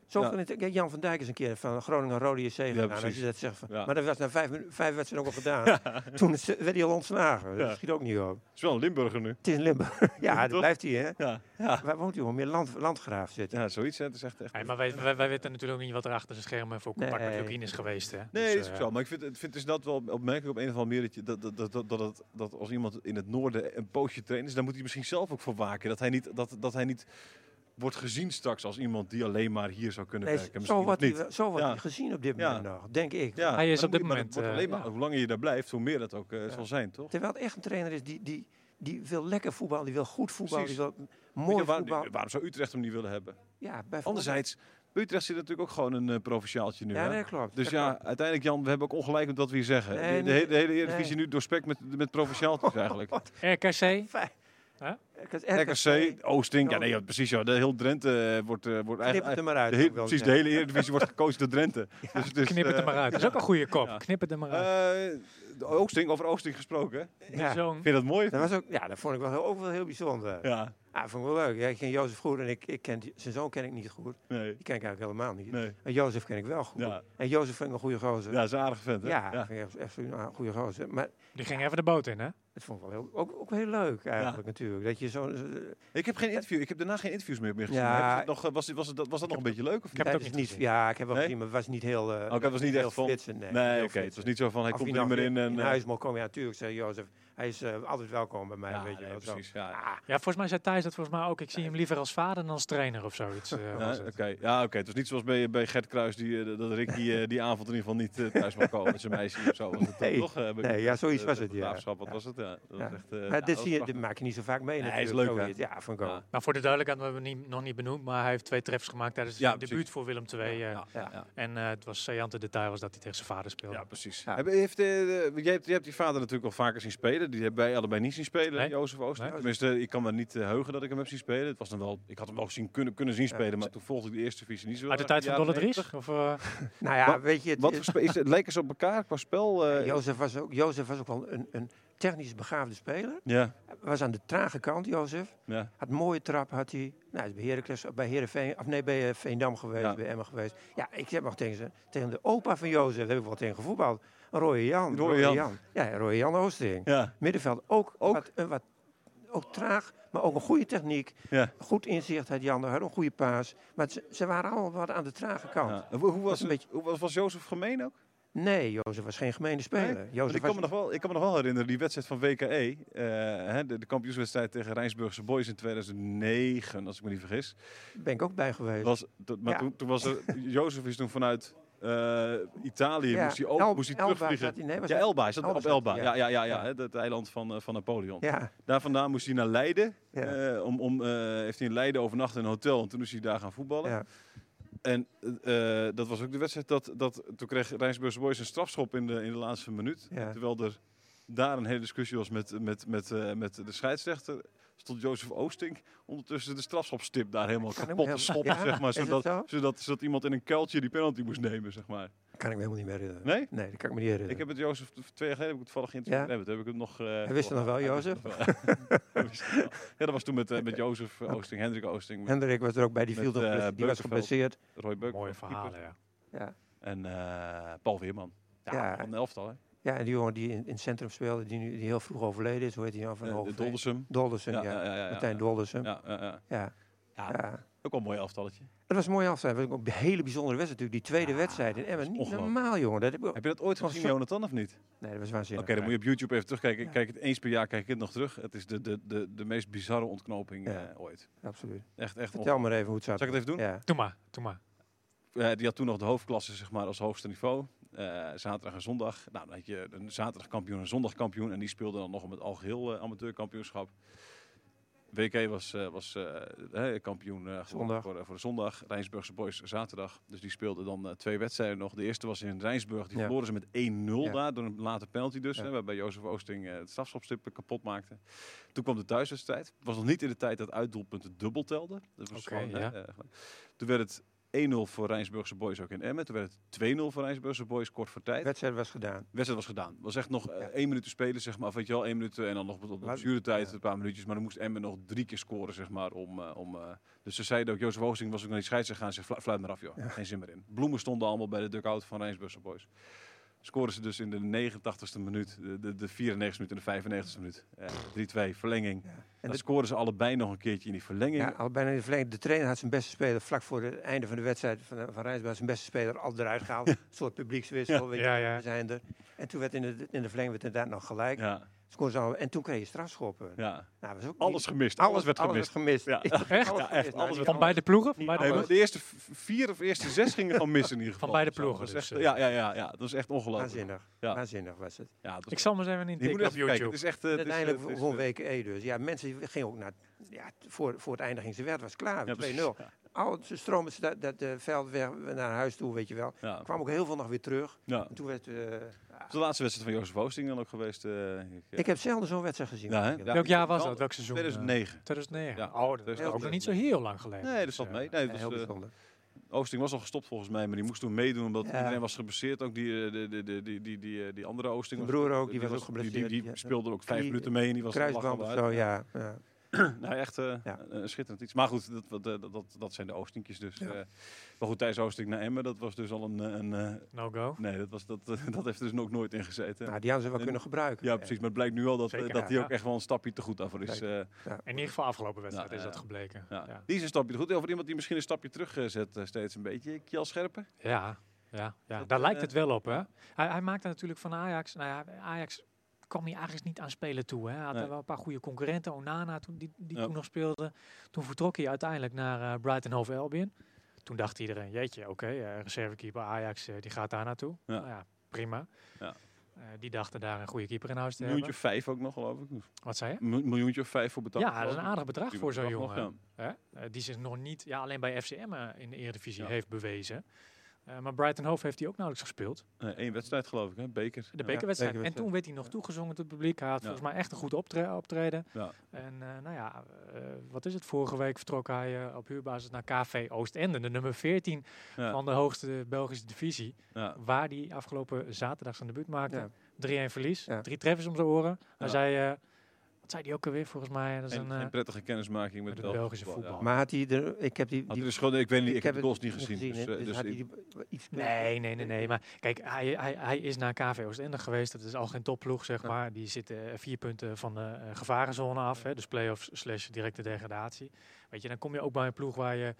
[SPEAKER 2] Zo
[SPEAKER 1] Ja.
[SPEAKER 2] van het- kijk, Jan van Dijk is een keer van Groningen Rode JC gedaan. als
[SPEAKER 1] precies.
[SPEAKER 2] je dat zegt. van-
[SPEAKER 1] Ja.
[SPEAKER 2] Maar dat was na vijf, minu- vijf wedstrijden ook al gedaan. Toen is- werd hij al ontslagen.
[SPEAKER 1] Ja.
[SPEAKER 2] Dat schiet ook niet op.
[SPEAKER 1] Het is wel een Limburger nu.
[SPEAKER 2] Het is in Limburg. ja, dat
[SPEAKER 1] Toch?
[SPEAKER 2] blijft hij, hè?
[SPEAKER 1] Ja, ja.
[SPEAKER 2] Waar woont hij? Hoor? Meer land, landgraaf zit.
[SPEAKER 1] ja zoiets. Hè. Het is echt, echt...
[SPEAKER 3] Hey, maar wij, wij, wij weten natuurlijk ook niet wat er achter de schermen voor contact met
[SPEAKER 2] Nee.
[SPEAKER 3] Lukien is geweest. Hè?
[SPEAKER 1] Nee,
[SPEAKER 3] Dus,
[SPEAKER 1] dat is ook
[SPEAKER 3] eh,
[SPEAKER 1] zo. Maar ik vind, ik vind het is dat wel opmerkelijk op een of andere manier dat, je, dat, dat, dat, dat, dat, het- dat als iemand in het noorden een pootje traint is, dan moet hij misschien zelf ook voor waken. Dat hij niet, dat, dat hij niet wordt gezien straks als iemand die alleen maar hier zou kunnen
[SPEAKER 2] Nee,
[SPEAKER 1] werken.
[SPEAKER 2] zo
[SPEAKER 1] Misschien
[SPEAKER 2] wordt
[SPEAKER 1] niet.
[SPEAKER 2] hij wel- zo wordt
[SPEAKER 1] Ja.
[SPEAKER 2] hij gezien op dit
[SPEAKER 1] Ja.
[SPEAKER 2] moment nog, denk ik.
[SPEAKER 1] Ja,
[SPEAKER 3] Hij is
[SPEAKER 1] maar dan
[SPEAKER 3] op dit
[SPEAKER 1] moet- maar dat
[SPEAKER 3] moment,
[SPEAKER 1] wordt alleen
[SPEAKER 3] eh,
[SPEAKER 1] maar,
[SPEAKER 3] ja.
[SPEAKER 1] Hoe langer je daar blijft, hoe meer dat ook eh, zal zijn, toch?
[SPEAKER 2] Terwijl het echt een trainer is die, die, die wil lekker voetbal, die wil goed voetbal,
[SPEAKER 1] Precies.
[SPEAKER 2] die wil
[SPEAKER 1] Weet
[SPEAKER 2] mooi
[SPEAKER 1] je, waar-
[SPEAKER 2] voetbal.
[SPEAKER 1] waarom zou Utrecht hem niet willen hebben?
[SPEAKER 2] Ja, bijvoorbeeld.
[SPEAKER 1] Anderzijds, bij Utrecht zit natuurlijk ook gewoon een eh, provinciaaltje nu.
[SPEAKER 2] Ja,
[SPEAKER 1] hè?
[SPEAKER 2] nee, klopt.
[SPEAKER 1] Dus
[SPEAKER 2] dat
[SPEAKER 1] ja,
[SPEAKER 2] klopt.
[SPEAKER 1] uiteindelijk Jan, we hebben ook ongelijk met wat we hier zeggen.
[SPEAKER 2] Nee,
[SPEAKER 1] de, de,
[SPEAKER 2] nee,
[SPEAKER 1] he- de hele
[SPEAKER 2] nee.
[SPEAKER 1] Eredivisie nu doorspekt met, met provinciaaltjes eigenlijk.
[SPEAKER 3] RKC.
[SPEAKER 2] Kijk,
[SPEAKER 1] RKC, Oosting, ja
[SPEAKER 2] Ja.
[SPEAKER 1] nee, ja, precies. Ja, de heel Drenthe eh, wordt, eh, wordt
[SPEAKER 2] knip het
[SPEAKER 1] eigenlijk...
[SPEAKER 2] er maar uit.
[SPEAKER 1] de hele-
[SPEAKER 2] ook wel
[SPEAKER 1] precies, de
[SPEAKER 2] eens,
[SPEAKER 1] hele Eredivisie wordt gekozen door Drenthe. Dus het is,
[SPEAKER 3] Knip het er
[SPEAKER 1] eh,
[SPEAKER 3] maar uit. Dat is ook een goede kop.
[SPEAKER 1] Ja.
[SPEAKER 3] Knip het er maar uit.
[SPEAKER 1] eh, de Oosting, over Oosting gesproken. hè?
[SPEAKER 2] ja.
[SPEAKER 3] Zo'n
[SPEAKER 1] Vind je dat mooi?
[SPEAKER 2] Hm? Dat was ook, ja, dat vond ik wel, heel- ook wel heel bijzonder.
[SPEAKER 1] Ja,
[SPEAKER 2] Ah, vond ik wel leuk. Ja, ik ken Jozef goed en ik, ik ken die- zijn zoon ken ik niet goed.
[SPEAKER 1] nee.
[SPEAKER 2] Die ken ik eigenlijk helemaal niet.
[SPEAKER 1] nee.
[SPEAKER 2] En Jozef ken ik wel goed.
[SPEAKER 1] Ja,
[SPEAKER 2] En Jozef vind ik een goede gozer.
[SPEAKER 1] ja, dat is een aardige vent, hè?
[SPEAKER 2] Ja, vind ik echt- echt een ah, goede gozer. Maar
[SPEAKER 3] Die ging even de boot in, hè?
[SPEAKER 2] het vond ik wel heel, ook, ook heel leuk eigenlijk natuurlijk. Dat je zo,
[SPEAKER 1] Ik heb geen interview. Ik heb daarna geen interviews meer, meer gezien.
[SPEAKER 2] Ja.
[SPEAKER 1] Heb je dat nog, eh, was, dit- was, het- was dat nog een beetje leuk? Of
[SPEAKER 3] Ik heb het ook niet gezien.
[SPEAKER 2] Ja, ik heb wel
[SPEAKER 1] Nee?
[SPEAKER 2] gezien, maar het was niet heel... eh,
[SPEAKER 1] Oké, het was dus niet
[SPEAKER 2] heel
[SPEAKER 1] echt van-
[SPEAKER 2] flitsend, nee.
[SPEAKER 1] Nee,
[SPEAKER 2] Heel
[SPEAKER 1] oké. Het was
[SPEAKER 2] flitsend.
[SPEAKER 1] niet zo van hij
[SPEAKER 2] Of
[SPEAKER 1] komt
[SPEAKER 2] hij
[SPEAKER 1] er niet
[SPEAKER 2] nou
[SPEAKER 1] meer in. eh, en,
[SPEAKER 2] in
[SPEAKER 1] eh,
[SPEAKER 2] huis mocht komen. Ja, natuurlijk, zei Jozef. Hij is eh, altijd welkom bij mij,
[SPEAKER 1] ja,
[SPEAKER 2] weet je
[SPEAKER 1] nee,
[SPEAKER 2] wel. zo.
[SPEAKER 1] precies. Ja,
[SPEAKER 2] Ah,
[SPEAKER 3] Ja, volgens mij zei Thijs dat volgens mij ook. Ik zie hem liever als vader dan als trainer of zoiets. eh,
[SPEAKER 1] Ja,
[SPEAKER 3] was
[SPEAKER 1] oké.
[SPEAKER 3] het.
[SPEAKER 1] Ja, oké. Het was niet zoals bij, bij Gert Kruis die, eh, dat Rick die, eh, die avond in ieder geval niet eh, thuis mag komen met zijn meisje of zo. Was het, eh,
[SPEAKER 2] Nee,
[SPEAKER 1] toch, eh, bij-
[SPEAKER 2] nee, ja, zoiets
[SPEAKER 1] eh,
[SPEAKER 2] was het,
[SPEAKER 1] bij
[SPEAKER 2] ja.
[SPEAKER 1] Graafschap, Wat
[SPEAKER 2] Ja.
[SPEAKER 1] was het? Ja, dat was
[SPEAKER 2] Ja.
[SPEAKER 1] echt, eh,
[SPEAKER 2] maar
[SPEAKER 1] ja, dat
[SPEAKER 2] dit, zie je,
[SPEAKER 1] was
[SPEAKER 2] dit
[SPEAKER 1] prachtig.
[SPEAKER 2] maak je niet zo vaak mee.
[SPEAKER 1] Nee, hij is
[SPEAKER 2] natuurlijk,
[SPEAKER 1] leuk, hè?
[SPEAKER 2] zoiets. Ja, van
[SPEAKER 1] Ja.
[SPEAKER 2] komen.
[SPEAKER 3] Maar Nou, voor de duidelijkheid, we hebben hem niet, nog niet benoemd, maar hij heeft twee treffs gemaakt tijdens
[SPEAKER 1] Ja,
[SPEAKER 3] zijn debuut
[SPEAKER 1] precies.
[SPEAKER 3] voor Willem II. eh,
[SPEAKER 1] Ja, ja, ja.
[SPEAKER 3] En eh, het was saillante detail was dat hij tegen zijn vader speelde.
[SPEAKER 1] Ja, precies.
[SPEAKER 2] Ja.
[SPEAKER 1] Heb- heeft, eh, de- jij, hebt, jij hebt die vader natuurlijk al vaker zien spelen. Die hebben wij allebei niet zien spelen,
[SPEAKER 3] Nee.
[SPEAKER 1] Jozef Ooster.
[SPEAKER 3] Nee.
[SPEAKER 1] Tenminste, ik kan me niet eh, heugen dat ik hem heb zien spelen. Het was dan wel, ik had hem wel zien, kunnen, kunnen zien spelen, maar toen volgde ik de eerste divisie niet zo.
[SPEAKER 3] Uit de tijd van
[SPEAKER 1] jaren
[SPEAKER 3] Dolle Dries?
[SPEAKER 1] 90.
[SPEAKER 3] Of, eh,
[SPEAKER 2] Nou ja,
[SPEAKER 1] Wat-
[SPEAKER 2] weet je... het-
[SPEAKER 1] Wat
[SPEAKER 2] het-
[SPEAKER 1] voor spe- is het, lijken ze op elkaar qua spel? eh?
[SPEAKER 2] Jozef was ook, Jozef was ook wel een, een technisch begaafde speler.
[SPEAKER 1] ja,
[SPEAKER 2] Hij Was aan de trage kant, Jozef.
[SPEAKER 1] ja.
[SPEAKER 2] Had mooie trap, had hij. Nou, hij is bij Heracles, bij Heerenveen, of nee, bij eh, Veendam geweest,
[SPEAKER 1] Ja.
[SPEAKER 2] bij Emmen geweest. Ja, ik heb nog tegen, ze- tegen de opa van Jozef, daar heb ik wel tegen gevoetbald. Roy Jan.
[SPEAKER 1] Roy
[SPEAKER 2] Roy
[SPEAKER 1] Jan.
[SPEAKER 2] Ja, Roy Jan Oostering.
[SPEAKER 1] ja.
[SPEAKER 2] Middenveld ook,
[SPEAKER 1] Ook?
[SPEAKER 2] Wat, een wat ook traag, maar ook een goede techniek.
[SPEAKER 1] Ja.
[SPEAKER 2] Goed inzicht had Jan, had een goede paas. Maar ze, ze waren allemaal wat aan de trage kant.
[SPEAKER 1] Ja. En Hoe, hoe, was,
[SPEAKER 2] een
[SPEAKER 1] het-
[SPEAKER 2] beetje-
[SPEAKER 1] hoe was, was Jozef gemeen ook?
[SPEAKER 2] Nee, Jozef was geen gemene speler.
[SPEAKER 1] Nee, Want
[SPEAKER 2] Jozef
[SPEAKER 1] ik,
[SPEAKER 2] was-
[SPEAKER 1] kan me nog wel, ik kan me nog wel herinneren, die wedstrijd van WKE, eh, hè, de, de kampioenswedstrijd tegen Rijnsburgse Boys in 2009, als ik me niet vergis.
[SPEAKER 2] ben ik ook bij geweest.
[SPEAKER 1] Was, dat, maar
[SPEAKER 2] Ja.
[SPEAKER 1] toen, toen was er, Jozef is toen vanuit eh, Italië,
[SPEAKER 2] Ja,
[SPEAKER 1] moest hij, ook,
[SPEAKER 2] El-
[SPEAKER 1] moest hij
[SPEAKER 2] Elba
[SPEAKER 1] terugvliegen.
[SPEAKER 2] zat hij- nee, was
[SPEAKER 1] ja,
[SPEAKER 2] dat-
[SPEAKER 1] Elba, is dat
[SPEAKER 2] Elba
[SPEAKER 1] op
[SPEAKER 2] zat
[SPEAKER 1] Elba?
[SPEAKER 2] hij,
[SPEAKER 1] Ja, ja,
[SPEAKER 2] ja.
[SPEAKER 1] ja, ja,
[SPEAKER 2] Ja.
[SPEAKER 1] hè, dat eiland van, eh, van Napoleon.
[SPEAKER 2] Ja,
[SPEAKER 1] Daar vandaan moest hij naar Leiden.
[SPEAKER 2] Ja.
[SPEAKER 1] eh, om, om, eh, heeft hij in Leiden overnacht in een hotel en toen is hij daar gaan voetballen.
[SPEAKER 2] ja.
[SPEAKER 1] En eh, eh, dat was ook de wedstrijd dat, dat toen kreeg Rijnsburgse Boys een strafschop in de, in de laatste minuut.
[SPEAKER 2] Ja.
[SPEAKER 1] Terwijl er daar een hele discussie was met, met, met, eh, met de scheidsrechter. Stond Jozef Oosting ondertussen de strafschopstip daar helemaal
[SPEAKER 2] Kan hem
[SPEAKER 1] kapot te
[SPEAKER 2] helemaal-
[SPEAKER 1] schoppen,
[SPEAKER 2] Ja,
[SPEAKER 1] zeg maar.
[SPEAKER 2] is het
[SPEAKER 1] Zodat,
[SPEAKER 2] zo?
[SPEAKER 1] zodat, zodat iemand in een kuiltje die penalty moest nemen, zeg maar.
[SPEAKER 2] kan ik me helemaal niet meer herinneren.
[SPEAKER 1] Nee?
[SPEAKER 2] Nee, dat kan ik me niet herinneren.
[SPEAKER 1] Ik heb het Jozef, twee jaar geleden heb ik het toevallig geïnterviewd.
[SPEAKER 2] Ja.
[SPEAKER 1] Nee, dat heb ik het nog... eh,
[SPEAKER 2] wist het nog wel,
[SPEAKER 1] hij wist
[SPEAKER 2] Jozef?
[SPEAKER 1] het nog wel. Hij wist het wel. ja, dat was toen met, eh, met Jozef Oosting, Hendrik Oosting, met
[SPEAKER 2] Hendrik was er ook bij, die
[SPEAKER 1] Met,
[SPEAKER 2] viel toch
[SPEAKER 1] eh,
[SPEAKER 2] die was
[SPEAKER 1] Beukenveld.
[SPEAKER 2] geblesseerd.
[SPEAKER 1] Roy Beuk.
[SPEAKER 3] mooie verhalen, ja.
[SPEAKER 2] Ja.
[SPEAKER 1] En eh, Paul Weerman. Ja,
[SPEAKER 2] Ja.
[SPEAKER 1] van de elftal, hè?
[SPEAKER 2] ja, en die jongen die in, in het centrum speelde, die, nu, die heel vroeg overleden is, hoe heet hij nou? Van
[SPEAKER 1] Eh, de
[SPEAKER 2] Hoogveen?
[SPEAKER 1] Doldersum.
[SPEAKER 2] Doldersen, ja.
[SPEAKER 1] ja, ja,
[SPEAKER 2] Martijn
[SPEAKER 1] ja.
[SPEAKER 2] Doldersen. Ja.
[SPEAKER 1] Ja, ja, ja.
[SPEAKER 2] Ja.
[SPEAKER 1] Ja. Ook wel een mooi elftalletje.
[SPEAKER 2] Het was een mooie afstand. Het was ook een hele bijzondere wedstrijd natuurlijk. Die tweede wedstrijd in Emmen. Niet
[SPEAKER 1] ongelooflijk.
[SPEAKER 2] normaal, jongen. Dat heb ik... ook-
[SPEAKER 1] Heb je dat ooit
[SPEAKER 2] Was
[SPEAKER 1] gezien,
[SPEAKER 2] zo-
[SPEAKER 1] Jonathan, of niet? Oké,
[SPEAKER 2] Nee, dat was waanzinnig.
[SPEAKER 1] dan moet je op YouTube even terugkijken. Ik
[SPEAKER 2] Ja.
[SPEAKER 1] Kijk het eens per jaar, kijk ik het nog terug. Het is de, de, de, de meest bizarre ontknoping
[SPEAKER 2] Ja.
[SPEAKER 1] eh, ooit.
[SPEAKER 2] Absoluut.
[SPEAKER 1] Echt, echt. on-
[SPEAKER 2] Vertel maar even hoe het zat.
[SPEAKER 1] Zal ik het even doen?
[SPEAKER 2] Ja.
[SPEAKER 3] Doe maar, doe maar.
[SPEAKER 1] Eh, die had toen nog de hoofdklasse zeg maar, als hoogste niveau. Eh, zaterdag en zondag. Nou, dan had je een zaterdagkampioen en een zondagkampioen. En die speelden dan nog om het algeheel eh, amateurkampioenschap. WK was, eh, was eh, eh, kampioen eh, geworden
[SPEAKER 2] Zondag.
[SPEAKER 1] voor, voor de zondag. Rijnsburgse Boys zaterdag. Dus die speelden dan eh, twee wedstrijden nog. De eerste was in Rijnsburg. Die
[SPEAKER 2] Ja.
[SPEAKER 1] verloren ze met 1-0
[SPEAKER 2] Ja.
[SPEAKER 1] daar. Door een late penalty dus.
[SPEAKER 2] Ja.
[SPEAKER 1] Hè, waarbij Jozef Oosting eh, het strafschopstip kapot maakte. Toen kwam de thuiswedstrijd. Het was nog niet in de tijd dat uitdoelpunten dubbel telden. Dat was
[SPEAKER 3] Oké,
[SPEAKER 1] gewoon,
[SPEAKER 3] ja.
[SPEAKER 1] eh, eh, toen werd het 1-0 voor Rijnsburgse Boys ook in Emmen. Toen werd het 2-0 voor Rijnsburgse Boys kort voor
[SPEAKER 2] De
[SPEAKER 1] tijd.
[SPEAKER 2] wedstrijd was gedaan.
[SPEAKER 1] De wedstrijd was gedaan. was echt nog eh,
[SPEAKER 2] Ja.
[SPEAKER 1] één minuut te spelen, zeg maar. Of weet je wel, één minuut eh, en dan nog op
[SPEAKER 2] Maar-
[SPEAKER 1] de tijd
[SPEAKER 2] ja.
[SPEAKER 1] een paar minuutjes. Maar dan moest Emmen nog drie keer scoren, zeg maar. Om, eh, om, eh, dus ze zeiden ook, Jozef Oosting was ook naar die scheidsrechter gaan. Ze fluit, fluit maar af, joh. Geen zin meer in. Bloemen stonden allemaal bij de dugout van Rijnsburgse Boys. Scoren ze dus in de 89ste minuut, de, de, de 94 minuut en de 95ste minuut. Eh 3-2, verlenging. En dan
[SPEAKER 2] de-
[SPEAKER 1] scoren ze allebei nog een keertje in die verlenging.
[SPEAKER 2] Ja, al bijna in de verlenging. De trainer had zijn beste speler vlak voor het einde van de wedstrijd van, van Rijnsburg zijn beste speler al eruit gehaald. een soort publiekswissel, weet je,
[SPEAKER 3] Ja, ja.
[SPEAKER 2] we zijn er. En toen werd in de, in de verlenging werd inderdaad nog gelijk.
[SPEAKER 1] ja.
[SPEAKER 2] Scoorden ze al- en toen kreeg je strafschoppen.
[SPEAKER 1] ja.
[SPEAKER 2] Nou, was ook niet-
[SPEAKER 1] Alles gemist. Alles, werd gemist. Ja.
[SPEAKER 2] Alles
[SPEAKER 3] Echt?
[SPEAKER 1] Ja, echt, alles
[SPEAKER 2] gemist. Nou,
[SPEAKER 1] werd-
[SPEAKER 2] niet
[SPEAKER 3] Van beide ploegen? Van
[SPEAKER 2] Niet
[SPEAKER 3] beide
[SPEAKER 1] Nee,
[SPEAKER 2] alles.
[SPEAKER 1] maar
[SPEAKER 3] ploegen?
[SPEAKER 1] de eerste v- vier of eerste zes gingen gewoon mis in ieder geval.
[SPEAKER 3] beide
[SPEAKER 1] Dat was
[SPEAKER 3] ploegen
[SPEAKER 1] echt-
[SPEAKER 3] dus, eh.
[SPEAKER 1] ja, ja, ja, ja, dat is echt ongelooflijk.
[SPEAKER 2] Waanzinnig.
[SPEAKER 1] Ja.
[SPEAKER 2] Waanzinnig was het.
[SPEAKER 1] Ja, dat is-
[SPEAKER 3] Ik zal maar eens even
[SPEAKER 1] je moet
[SPEAKER 3] intikken op
[SPEAKER 1] even kijken. Het
[SPEAKER 3] YouTube.
[SPEAKER 1] is echt... eh, het is, eh,
[SPEAKER 2] Uiteindelijk
[SPEAKER 1] het is,
[SPEAKER 2] won
[SPEAKER 1] eh,
[SPEAKER 2] week E dus. Ja, mensen gingen ook naar... Ja, t- voor, voor het einde ging ze weg. Het was klaar.
[SPEAKER 1] eh, Ja, precies.
[SPEAKER 2] 2-0. Al, ze stromen ze dat, dat eh, veld weg naar huis toe, weet je wel.
[SPEAKER 1] Ja.
[SPEAKER 2] Er kwam ook heel veel nog weer terug.
[SPEAKER 1] Ja.
[SPEAKER 2] En toen werd... eh, ja.
[SPEAKER 1] Het is de laatste wedstrijd van Jozef Oosting dan ook geweest. eh,
[SPEAKER 2] Ik heb zelden zo'n wedstrijd gezien.
[SPEAKER 1] Ja, hè?
[SPEAKER 2] eigenlijk.
[SPEAKER 1] Ja.
[SPEAKER 3] Welk jaar was
[SPEAKER 1] Wel,
[SPEAKER 3] dat? Welk seizoen? eh?
[SPEAKER 1] 2009.
[SPEAKER 3] 2009.
[SPEAKER 1] Ja.
[SPEAKER 3] Oh, dat is
[SPEAKER 2] Heel
[SPEAKER 3] ook nog niet zo heel lang geleden.
[SPEAKER 1] Nee, dat
[SPEAKER 3] Dus,
[SPEAKER 1] zat
[SPEAKER 3] eh,
[SPEAKER 1] mee. Nee,
[SPEAKER 2] Ja,
[SPEAKER 1] dus,
[SPEAKER 2] heel
[SPEAKER 1] eh,
[SPEAKER 2] bijzonder.
[SPEAKER 1] Oosting was al gestopt volgens mij, maar die moest toen meedoen omdat
[SPEAKER 2] Ja.
[SPEAKER 1] iedereen was geblesseerd. Ook die, eh, die, die, die, die, die, eh, die andere Oosting.
[SPEAKER 2] Zijn
[SPEAKER 1] was-
[SPEAKER 2] broer ook, die was ook
[SPEAKER 1] Die,
[SPEAKER 2] geblesseerd.
[SPEAKER 1] die
[SPEAKER 2] Ja.
[SPEAKER 1] speelde er ook vijf
[SPEAKER 2] Knie-
[SPEAKER 1] minuten mee en die was er
[SPEAKER 2] Kruisband of
[SPEAKER 1] lachend
[SPEAKER 2] zo,
[SPEAKER 1] uit.
[SPEAKER 2] ja. ja.
[SPEAKER 1] Nou, echt eh,
[SPEAKER 2] Ja.
[SPEAKER 1] een schitterend iets. Maar goed, dat, dat, dat, dat, dat zijn de Oostinkjes dus. eh. maar goed, Thijs Oosting naar Emmen, dat was dus al een, eh, een, eh,
[SPEAKER 3] No go.
[SPEAKER 1] Nee, dat, was, dat, dat heeft er dus ook nooit in gezeten.
[SPEAKER 2] Nou, die hadden ze wel
[SPEAKER 1] En-
[SPEAKER 2] kunnen gebruiken.
[SPEAKER 1] ja, precies. Maar het blijkt nu wel dat,
[SPEAKER 3] Zeker,
[SPEAKER 1] dat hij
[SPEAKER 3] ja.
[SPEAKER 1] ook echt wel een stapje te goed daarvoor is. eh,
[SPEAKER 3] In ieder geval afgelopen wedstrijd
[SPEAKER 1] Ja,
[SPEAKER 3] is
[SPEAKER 1] ja,
[SPEAKER 3] dat
[SPEAKER 1] ja.
[SPEAKER 3] gebleken.
[SPEAKER 1] ja.
[SPEAKER 3] Ja.
[SPEAKER 1] Die is een stapje te goed. Over iemand die misschien een stapje terug eh, zet eh, steeds een beetje. Kiel Scherpen.
[SPEAKER 3] Ja. Ja, ja.
[SPEAKER 1] Dat,
[SPEAKER 3] daar
[SPEAKER 1] eh,
[SPEAKER 3] lijkt het wel op. Hè? Hij, hij maakte natuurlijk van Ajax. Nou ja, Ajax kwam hier eigenlijk niet aan spelen toe. Hè? Hij had
[SPEAKER 1] Nee.
[SPEAKER 3] er wel een paar goede concurrenten. Onana, toen, die, die
[SPEAKER 1] Ja.
[SPEAKER 3] toen nog speelde. Toen vertrok hij uiteindelijk naar eh, Brighton Hove Albion. Toen dacht iedereen, jeetje, oké, eh, reservekeeper Ajax, eh, die gaat daar naartoe.
[SPEAKER 1] Ja.
[SPEAKER 3] Nou ja, prima.
[SPEAKER 1] Ja.
[SPEAKER 3] Eh, die dachten daar een goede keeper in huis te
[SPEAKER 1] Een miljoentje
[SPEAKER 3] hebben.
[SPEAKER 1] of vijf ook nog, geloof ik.
[SPEAKER 3] Wat zei je?
[SPEAKER 1] Een mil- miljoentje of vijf voor betaald.
[SPEAKER 3] Ja, dat is een
[SPEAKER 1] geloof ik.
[SPEAKER 3] aardig bedrag
[SPEAKER 1] Die
[SPEAKER 3] voor zo'n
[SPEAKER 1] bedrag nog,
[SPEAKER 3] jongen. Hè? Eh, die zich nog niet, ja, alleen bij FCM eh, in de Eredivisie
[SPEAKER 1] Ja.
[SPEAKER 3] heeft bewezen. Eh, maar Brighton Hove heeft hij ook nauwelijks gespeeld.
[SPEAKER 1] ja. Nee, Eh, één wedstrijd, geloof ik, hè? Beker.
[SPEAKER 3] De bekerwedstrijd. en
[SPEAKER 2] bekerwedstrijd.
[SPEAKER 3] toen werd hij nog toegezongen tot het publiek. Hij had
[SPEAKER 1] Ja.
[SPEAKER 3] volgens mij echt een goed optre- optreden.
[SPEAKER 1] Ja.
[SPEAKER 3] En eh, nou ja, eh, wat is het? Vorige week vertrok hij eh, op huurbasis naar KV Oostende. De nummer 14
[SPEAKER 1] Ja.
[SPEAKER 3] van de hoogste Belgische divisie.
[SPEAKER 1] Ja.
[SPEAKER 3] Waar hij afgelopen zaterdag zijn debuut maakte.
[SPEAKER 2] Ja.
[SPEAKER 3] 3-1 verlies.
[SPEAKER 2] Ja.
[SPEAKER 3] Drie treffers om zijn oren. Hij
[SPEAKER 1] Ja.
[SPEAKER 3] zei, eh, wat zei hij ook alweer volgens mij? Dat is
[SPEAKER 1] En,
[SPEAKER 3] een, eh,
[SPEAKER 1] en prettige kennismaking met,
[SPEAKER 3] met
[SPEAKER 1] het
[SPEAKER 3] het Belgische voetbal.
[SPEAKER 2] Maar had hij er... Ik heb die...
[SPEAKER 1] Had
[SPEAKER 2] die
[SPEAKER 1] hij de schot- ik weet niet, ik, heb de
[SPEAKER 2] het
[SPEAKER 1] goals niet gezien. dus,
[SPEAKER 2] hè,
[SPEAKER 1] eh, dus
[SPEAKER 2] had hij
[SPEAKER 1] ik-
[SPEAKER 2] die b- iets
[SPEAKER 3] Nee, nee, nee, nee. Maar kijk, hij, hij, hij is naar KV Oostende geweest. Dat is al geen topploeg, zeg
[SPEAKER 2] Ja.
[SPEAKER 3] maar. Die zitten eh, vier punten van de eh, gevarenzone af. Hè? Dus play-offs slash directe degradatie. Weet je, dan kom je ook bij een ploeg waar je...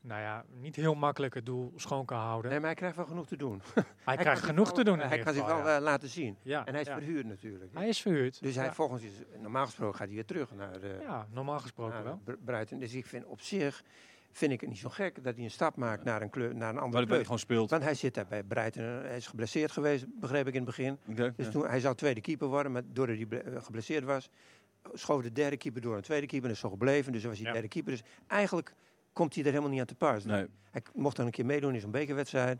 [SPEAKER 3] Nou ja, niet heel makkelijk het doel schoon kan houden.
[SPEAKER 2] Nee, maar hij krijgt wel genoeg te doen.
[SPEAKER 3] hij, krijgt genoeg te doen. in
[SPEAKER 2] Hij
[SPEAKER 3] ieder
[SPEAKER 2] kan zich
[SPEAKER 3] geval,
[SPEAKER 2] wel
[SPEAKER 3] ja.
[SPEAKER 2] eh, laten zien.
[SPEAKER 3] Ja,
[SPEAKER 2] En hij is
[SPEAKER 3] ja.
[SPEAKER 2] verhuurd natuurlijk. hè.
[SPEAKER 3] Hij is verhuurd.
[SPEAKER 2] Dus hij
[SPEAKER 3] ja.
[SPEAKER 2] volgens... is- Normaal gesproken gaat hij weer terug naar... eh,
[SPEAKER 3] ja, normaal gesproken
[SPEAKER 2] naar
[SPEAKER 3] wel.
[SPEAKER 2] Br- Bruiten. Dus ik vind op zich... Vind ik het niet zo gek dat hij een stap maakt naar een, kleur, naar een
[SPEAKER 1] waar
[SPEAKER 2] andere
[SPEAKER 1] hij
[SPEAKER 2] club.
[SPEAKER 1] gewoon speelt.
[SPEAKER 2] Want hij zit daar bij Breiten. Hij is geblesseerd geweest, begreep ik in het begin.
[SPEAKER 1] Oké,
[SPEAKER 2] Dus
[SPEAKER 1] ja.
[SPEAKER 2] toen, hij zou tweede keeper worden, maar doordat hij ble- eh, geblesseerd was, schoof de derde keeper door een tweede keeper en is zo gebleven. Dus dan was hij
[SPEAKER 3] Ja.
[SPEAKER 2] derde keeper. Dus eigenlijk komt hij er helemaal niet aan te pas.
[SPEAKER 1] Nee,
[SPEAKER 2] Hij k- mocht dan een keer meedoen in zo'n bekerwedstrijd.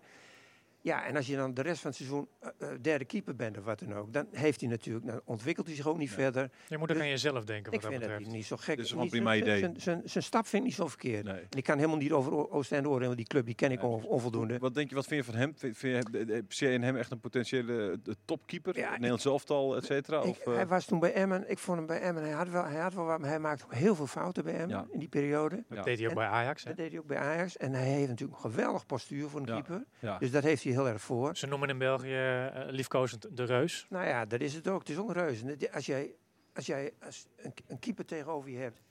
[SPEAKER 2] Ja, en als je dan de rest van het seizoen eh, eh, derde keeper bent of wat dan ook, dan heeft hij natuurlijk, dan ontwikkelt hij zich ook niet
[SPEAKER 1] Ja.
[SPEAKER 2] verder.
[SPEAKER 3] Je moet ook
[SPEAKER 2] Dus-
[SPEAKER 3] aan jezelf
[SPEAKER 2] Ik
[SPEAKER 3] denken wat dat
[SPEAKER 2] vind dat
[SPEAKER 3] betreft.
[SPEAKER 2] hij niet zo gek
[SPEAKER 1] Dit is wel een
[SPEAKER 2] Niet-
[SPEAKER 1] prima
[SPEAKER 2] zijn-
[SPEAKER 1] idee.
[SPEAKER 2] zijn- Zijn zijn stap vind ik niet zo verkeerd.
[SPEAKER 1] nee.
[SPEAKER 2] En ik kan helemaal niet over O- Oostende oordelen, want die club die ken ik
[SPEAKER 1] Nee,
[SPEAKER 2] on- onvoldoende.
[SPEAKER 1] Wat denk je, wat vind je van hem? Vind, vind je, hem- eh, zie je in hem echt een potentiële eh, topkeeper?
[SPEAKER 2] Ja, ik-
[SPEAKER 1] Nederlands elftal, et cetera?
[SPEAKER 2] Ik-
[SPEAKER 1] Of, eh,
[SPEAKER 2] hij was toen bij Emmen, ik vond hem bij Emmen, hij had wel, hij had wel wat, maar hij maakte heel veel fouten bij Emmen
[SPEAKER 1] Ja.
[SPEAKER 2] in die periode.
[SPEAKER 3] Dat deed hij ook bij Ajax. Hè?
[SPEAKER 2] Dat deed hij ook bij Ajax. En hij heeft natuurlijk een geweldig postuur voor een
[SPEAKER 1] Ja.
[SPEAKER 2] keeper.
[SPEAKER 1] ja.
[SPEAKER 2] Dus dat heeft hij heel erg voor.
[SPEAKER 3] Ze noemen in België eh, liefkozend de reus.
[SPEAKER 2] Nou ja, dat is het ook. Het is ook een reus. En het- Als jij, als jij als een, een keeper tegenover je hebt.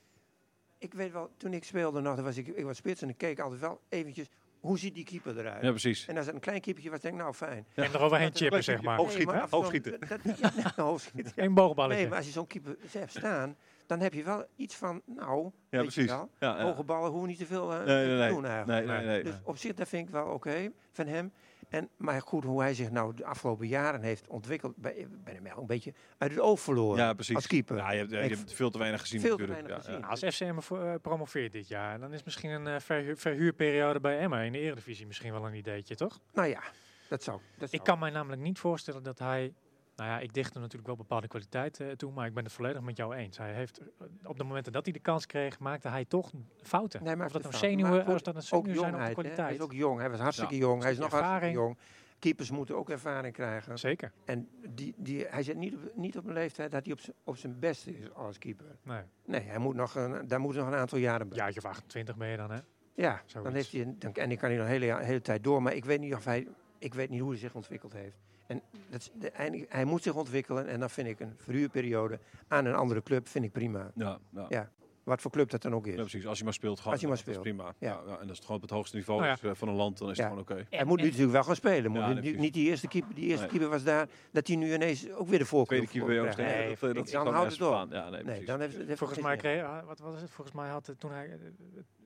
[SPEAKER 2] Ik weet wel, toen ik speelde nog, dan was ik, ik was spits en ik keek altijd wel eventjes, hoe ziet die keeper eruit?
[SPEAKER 1] ja, precies.
[SPEAKER 2] En als het een klein keepertje was, denk ik, nou fijn.
[SPEAKER 3] En eroverheen
[SPEAKER 2] Dat is een
[SPEAKER 3] chippen, zeg maar.
[SPEAKER 1] Ook- Hoogschieten,
[SPEAKER 2] maar af en toe-
[SPEAKER 1] hoogschieten.
[SPEAKER 2] Dat, dat- ja, nou, hoogschieten.
[SPEAKER 3] Geen boogballetje.
[SPEAKER 2] Nee, maar als je zo'n keeper hebt staan, dan heb je wel iets van, nou,
[SPEAKER 1] Ja,
[SPEAKER 2] weet je
[SPEAKER 1] precies.
[SPEAKER 2] wel,
[SPEAKER 1] Ja, ja.
[SPEAKER 2] hoge ballen hoeven niet te veel eh,
[SPEAKER 1] Nee, nee,
[SPEAKER 2] te
[SPEAKER 1] nee.
[SPEAKER 2] doen eigenlijk.
[SPEAKER 1] Nee, nee, nee.
[SPEAKER 2] Dus op zich, dat vind ik wel oké van hem. En, maar goed, hoe hij zich nou de afgelopen jaren heeft ontwikkeld, bij- ben ik mij al een beetje uit het oog verloren
[SPEAKER 1] Ja, precies.
[SPEAKER 2] als keeper.
[SPEAKER 1] Ja, je hebt, je
[SPEAKER 2] Ik-
[SPEAKER 1] hebt veel te weinig gezien
[SPEAKER 2] veel te
[SPEAKER 1] natuurlijk.
[SPEAKER 2] weinig
[SPEAKER 1] Ja, ja.
[SPEAKER 2] gezien.
[SPEAKER 3] Nou, als FCM vo- eh, promoveert dit jaar, dan is misschien een eh, verhuur- verhuurperiode bij Emma in de Eredivisie misschien wel een ideetje, toch?
[SPEAKER 2] Nou ja, dat zou. Dat zou.
[SPEAKER 3] Ik kan mij namelijk niet voorstellen dat hij... Nou ja, ik dicht hem natuurlijk wel bepaalde kwaliteiten eh, toe, maar ik ben het volledig met jou eens. Hij heeft, eh, op de momenten dat hij de kans kreeg, maakte hij toch fouten.
[SPEAKER 2] Nee, hij
[SPEAKER 3] of
[SPEAKER 2] maakte
[SPEAKER 3] dat een
[SPEAKER 2] fouten,
[SPEAKER 3] zenuwen,
[SPEAKER 2] maar goed,
[SPEAKER 3] of dat een
[SPEAKER 2] ook
[SPEAKER 3] zenuw zijn op de
[SPEAKER 2] jongheid. hè. Hij
[SPEAKER 3] kwaliteit.
[SPEAKER 2] is ook jong, hij was hartstikke jong, hij is nog
[SPEAKER 3] stukje
[SPEAKER 2] hartstikke
[SPEAKER 3] ervaring.
[SPEAKER 2] jong. Keepers moeten ook ervaring krijgen.
[SPEAKER 3] Zeker.
[SPEAKER 2] En die, die, hij zit niet op, niet op een leeftijd dat hij op, z'n- op zijn best is als keeper.
[SPEAKER 3] Nee.
[SPEAKER 2] Nee, hij moet nog een, daar moet nog een aantal jaren bij.
[SPEAKER 3] Ja, je 28 ben je dan, hè?
[SPEAKER 2] Ja,
[SPEAKER 3] Zoiets.
[SPEAKER 2] dan heeft hij, een- dan, en ik kan hij nog een hele, ja- hele tijd door. Maar ik weet niet of hij, ik weet niet hoe hij zich ontwikkeld heeft. En dat, is- de, hij, hij moet zich ontwikkelen en dan vind ik een verhuurperiode aan een andere club vind ik prima.
[SPEAKER 1] Ja, ja.
[SPEAKER 2] Ja. Wat voor club dat dan ook
[SPEAKER 1] Ja,
[SPEAKER 2] is.
[SPEAKER 1] precies. Als je maar speelt, gewoon,
[SPEAKER 2] Als je maar
[SPEAKER 1] dat is
[SPEAKER 2] speelt.
[SPEAKER 1] prima. Ja.
[SPEAKER 2] Ja.
[SPEAKER 1] Ja, en als het gewoon op het hoogste niveau
[SPEAKER 3] Nou ja.
[SPEAKER 1] is eh, van een land, dan is
[SPEAKER 2] Ja.
[SPEAKER 1] het gewoon oké.
[SPEAKER 2] Hij moet nu natuurlijk wel gaan spelen. Moet
[SPEAKER 1] Ja,
[SPEAKER 2] nu-
[SPEAKER 1] nee,
[SPEAKER 2] nu-
[SPEAKER 1] precies.
[SPEAKER 2] niet die eerste keeper, die eerste
[SPEAKER 1] Nee.
[SPEAKER 2] keeper was daar, dat hij nu ineens ook weer de voorkeur
[SPEAKER 1] Tweede keer bij
[SPEAKER 2] voor
[SPEAKER 1] Joost.
[SPEAKER 2] krijgt.
[SPEAKER 3] Nee,
[SPEAKER 1] Nee, dat, eh, dat
[SPEAKER 2] ik-
[SPEAKER 1] is
[SPEAKER 2] dan
[SPEAKER 1] gewoon
[SPEAKER 2] houdt het
[SPEAKER 1] ernstig
[SPEAKER 2] op.
[SPEAKER 1] aan. Ja, nee,
[SPEAKER 2] Nee,
[SPEAKER 1] preins
[SPEAKER 2] dan heeft, heeft
[SPEAKER 3] Volgens
[SPEAKER 2] is
[SPEAKER 3] mij,
[SPEAKER 2] niet.
[SPEAKER 3] kreeg, ah, wat was het? Volgens mij had eh, toen hij, eh,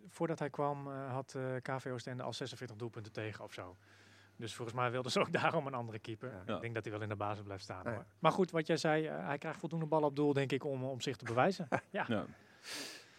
[SPEAKER 3] voordat hij kwam, eh, had eh KV Oostende al 46 doelpunten tegen of zo. Dus volgens mij wilden ze ook daarom een andere keeper.
[SPEAKER 2] Ja.
[SPEAKER 1] Ja.
[SPEAKER 3] Ik denk dat hij wel in de basis blijft staan.
[SPEAKER 2] Ja.
[SPEAKER 3] hoor. Maar goed, wat jij zei, eh, hij krijgt voldoende ballen op doel, denk ik, om, om zich te bewijzen. ja,
[SPEAKER 1] Ja.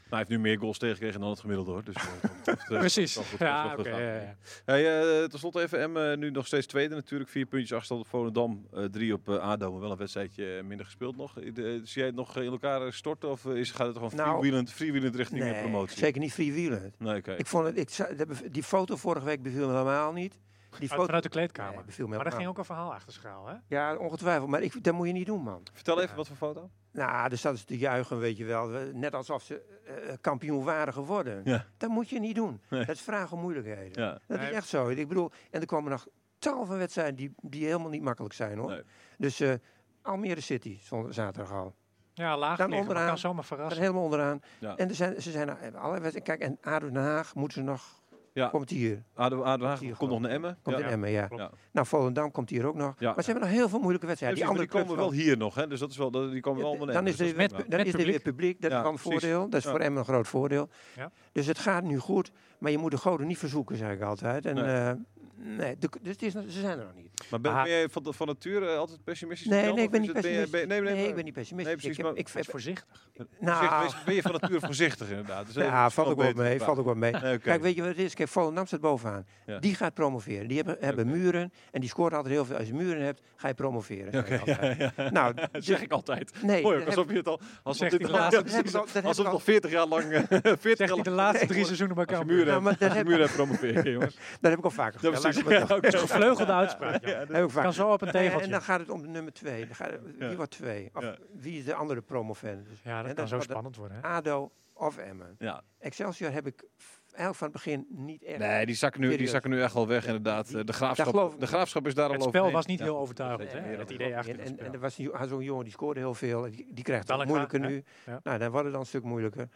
[SPEAKER 1] Maar hij heeft nu meer goals tegengekregen dan het gemiddelde hoor. Dus, eh, wat dat betreft, eh,
[SPEAKER 3] precies.
[SPEAKER 1] kan goed- kan
[SPEAKER 3] ja,
[SPEAKER 1] goed
[SPEAKER 3] oké,
[SPEAKER 1] gaan.
[SPEAKER 3] ja, ja.
[SPEAKER 1] Hey, eh, Ten slotte even M, eh, nu nog steeds tweede natuurlijk. Vier puntjes achterstand op Volendam, eh, drie op eh, ADO. Maar wel een wedstrijdje eh, minder gespeeld nog. Eh, de- zie jij het nog eh, in elkaar eh, storten of eh, is, gaat het gewoon
[SPEAKER 2] Nou,
[SPEAKER 1] freewheelend, freewheelend richting de
[SPEAKER 2] Nee,
[SPEAKER 1] promotie?
[SPEAKER 2] zeker niet freewheelend.
[SPEAKER 1] Nee, oké.
[SPEAKER 2] Ik vond het, ik, za- dat bev- die foto vorige week beviel me helemaal niet. Die
[SPEAKER 3] Uit-
[SPEAKER 2] foto
[SPEAKER 3] Vanuit de
[SPEAKER 2] nee,
[SPEAKER 3] kleedkamer.
[SPEAKER 2] beviel me
[SPEAKER 3] maar daar
[SPEAKER 2] helemaal
[SPEAKER 3] ging ook een verhaal achter schuil, hè?
[SPEAKER 2] Ja, ongetwijfeld. Maar ik, dat moet je niet doen, man.
[SPEAKER 1] Vertel even wat voor foto.
[SPEAKER 2] Nou, er zaten ze te juichen, weet je wel. We- Net alsof ze eh, kampioen waren geworden.
[SPEAKER 1] Ja.
[SPEAKER 2] Dat moet je niet doen.
[SPEAKER 1] Nee.
[SPEAKER 2] Dat is vragen om moeilijkheden.
[SPEAKER 1] Ja.
[SPEAKER 2] Dat
[SPEAKER 3] Nee.
[SPEAKER 2] is echt zo. Ik bedoel, en er komen nog tal van wedstrijden die, die helemaal niet makkelijk zijn, hoor.
[SPEAKER 1] Nee.
[SPEAKER 2] Dus eh, Almere City stond zaterdag al.
[SPEAKER 3] Ja, laag
[SPEAKER 2] Dan
[SPEAKER 3] liggen, maar
[SPEAKER 2] onderaan.
[SPEAKER 3] kan zomaar
[SPEAKER 2] Dat is
[SPEAKER 3] verrassen.
[SPEAKER 2] helemaal onderaan.
[SPEAKER 1] Ja.
[SPEAKER 2] eh, En er zijn, ze zijn er allerlei wedstrijden. Kijk, en ADO Den Haag moeten ze nog
[SPEAKER 1] Ja.
[SPEAKER 2] Komt hier.
[SPEAKER 1] ADO, ADO Haag
[SPEAKER 2] Hier
[SPEAKER 1] komt nog
[SPEAKER 2] gewoon.
[SPEAKER 1] naar Emmen.
[SPEAKER 2] Komt
[SPEAKER 1] ja.
[SPEAKER 2] in Emmen, ja.
[SPEAKER 3] klopt.
[SPEAKER 1] Ja.
[SPEAKER 2] Nou, Volendam komt hier ook nog.
[SPEAKER 1] Ja,
[SPEAKER 2] maar
[SPEAKER 1] ja.
[SPEAKER 2] ze hebben nog heel veel moeilijke wedstrijden.
[SPEAKER 1] dus die
[SPEAKER 2] die andere
[SPEAKER 1] komen wel
[SPEAKER 2] clubs
[SPEAKER 1] hier nog, hè? Dus dat is wel, dat- die komen wel allemaal
[SPEAKER 2] wel.
[SPEAKER 1] naar
[SPEAKER 2] Dan
[SPEAKER 1] Emmen,
[SPEAKER 2] is er
[SPEAKER 1] dus dat is
[SPEAKER 2] weer-
[SPEAKER 1] prima.
[SPEAKER 2] dan
[SPEAKER 3] met
[SPEAKER 2] is er weer
[SPEAKER 3] publiek.
[SPEAKER 2] publiek. Dat
[SPEAKER 1] Ja,
[SPEAKER 2] is wel een
[SPEAKER 1] precies.
[SPEAKER 2] voordeel. Dat is
[SPEAKER 1] Ja.
[SPEAKER 2] voor Emmen een groot voordeel.
[SPEAKER 3] Ja.
[SPEAKER 2] Dus het gaat nu goed. Maar je moet de goden niet verzoeken, zeg ik altijd. En,
[SPEAKER 1] Nee.
[SPEAKER 2] eh, nee, de- dus het is, nog- ze zijn er nog niet.
[SPEAKER 1] Maar ben,
[SPEAKER 3] Ah.
[SPEAKER 1] ben jij van, van nature eh, altijd pessimistisch?
[SPEAKER 2] Nee,
[SPEAKER 1] gesteld,
[SPEAKER 2] nee, ik
[SPEAKER 1] of
[SPEAKER 2] ben
[SPEAKER 1] is
[SPEAKER 2] niet
[SPEAKER 1] het- ben jij-
[SPEAKER 2] pessimistisch.
[SPEAKER 1] ben-
[SPEAKER 2] Nee,
[SPEAKER 1] maar-
[SPEAKER 2] ik ben niet pessimistisch.
[SPEAKER 1] nee, precies,
[SPEAKER 2] ik,
[SPEAKER 1] maar-
[SPEAKER 2] heb, ik,
[SPEAKER 3] Wees
[SPEAKER 2] heb-
[SPEAKER 3] voorzichtig.
[SPEAKER 2] nou,
[SPEAKER 1] voorzichtig- Ben je van nature voorzichtig, inderdaad? Dus even-
[SPEAKER 2] ja, valt ook wel
[SPEAKER 1] beter
[SPEAKER 2] mee.
[SPEAKER 1] te
[SPEAKER 2] Valt ook wel mee.
[SPEAKER 1] praten. Nee, oké.
[SPEAKER 2] Kijk, weet je wat het is? Kijk, Volendam staat bovenaan.
[SPEAKER 1] Ja.
[SPEAKER 2] Die gaat promoveren. Die hebben, hebben muren. En die scoort altijd heel veel. Als je muren hebt, ga je promoveren. zeg ik altijd. Nou,
[SPEAKER 1] Dat
[SPEAKER 2] dus-
[SPEAKER 1] zeg ik altijd.
[SPEAKER 2] Nee,
[SPEAKER 1] Mooi, ook,
[SPEAKER 2] dat
[SPEAKER 1] alsof je het al... Alsof
[SPEAKER 3] Zegt
[SPEAKER 1] dit
[SPEAKER 3] hij
[SPEAKER 1] al-
[SPEAKER 3] de
[SPEAKER 1] ja,
[SPEAKER 3] laatste-
[SPEAKER 1] precies,
[SPEAKER 2] dat heb ik al- dat
[SPEAKER 1] Alsof
[SPEAKER 2] heb ik
[SPEAKER 1] het al 40
[SPEAKER 2] al-
[SPEAKER 1] jaar lang... eh, 40
[SPEAKER 3] Zegt
[SPEAKER 1] jaar
[SPEAKER 3] hij de
[SPEAKER 1] lang-
[SPEAKER 3] laatste drie seizoenen bij
[SPEAKER 1] Als je
[SPEAKER 3] elkaar.
[SPEAKER 1] muren
[SPEAKER 2] Nou,
[SPEAKER 1] hebt,
[SPEAKER 2] maar
[SPEAKER 1] als je
[SPEAKER 2] dat heb-
[SPEAKER 1] muren hebt, promoveer je, jongens.
[SPEAKER 2] dat heb ik al vaker
[SPEAKER 1] Ja,
[SPEAKER 2] gedaan. Laat
[SPEAKER 1] precies.
[SPEAKER 2] ik het
[SPEAKER 1] Ja,
[SPEAKER 2] maar
[SPEAKER 1] oké.
[SPEAKER 3] Gevleugelde uitspraak. Ja.
[SPEAKER 2] Dat heb ik vaker
[SPEAKER 3] Kan zo op een
[SPEAKER 2] Nee, En
[SPEAKER 3] tegeltje.
[SPEAKER 2] dan gaat het om de nummer twee. Dan gaat, wie
[SPEAKER 1] Ja.
[SPEAKER 2] wordt twee? Of
[SPEAKER 1] Ja.
[SPEAKER 2] wie is de andere promovendus?
[SPEAKER 3] Ja,
[SPEAKER 2] En
[SPEAKER 3] dat
[SPEAKER 2] dat
[SPEAKER 3] kan zo
[SPEAKER 2] is wat-
[SPEAKER 3] spannend worden. hè.
[SPEAKER 2] ADO of Emmen.
[SPEAKER 1] Ja.
[SPEAKER 2] Excelsior heb ik f- eigenlijk van het begin niet echt.
[SPEAKER 1] Nee, die zakken nu, die
[SPEAKER 2] Serieus.
[SPEAKER 1] zakken nu echt wel weg, inderdaad.
[SPEAKER 2] Die-
[SPEAKER 1] Eh, De
[SPEAKER 2] daar geloof
[SPEAKER 1] graafschap,
[SPEAKER 2] ik
[SPEAKER 1] de
[SPEAKER 2] niet.
[SPEAKER 1] graafschap is daar al
[SPEAKER 3] Het
[SPEAKER 1] over.
[SPEAKER 3] spel was niet
[SPEAKER 1] Ja.
[SPEAKER 3] heel overtuigend.
[SPEAKER 1] Nee,
[SPEAKER 3] hè,
[SPEAKER 1] nee,
[SPEAKER 3] Het
[SPEAKER 1] dat
[SPEAKER 3] idee
[SPEAKER 1] klopt.
[SPEAKER 3] achter
[SPEAKER 2] En,
[SPEAKER 3] het
[SPEAKER 2] en, en
[SPEAKER 3] spel.
[SPEAKER 2] er was een jo- zo'n jongen die scoorde heel veel. en Die, die krijgt het
[SPEAKER 3] Dallinga,
[SPEAKER 2] moeilijker
[SPEAKER 3] hè?
[SPEAKER 2] nu.
[SPEAKER 3] Ja.
[SPEAKER 2] Nou, dan wordt het dan een stuk moeilijker.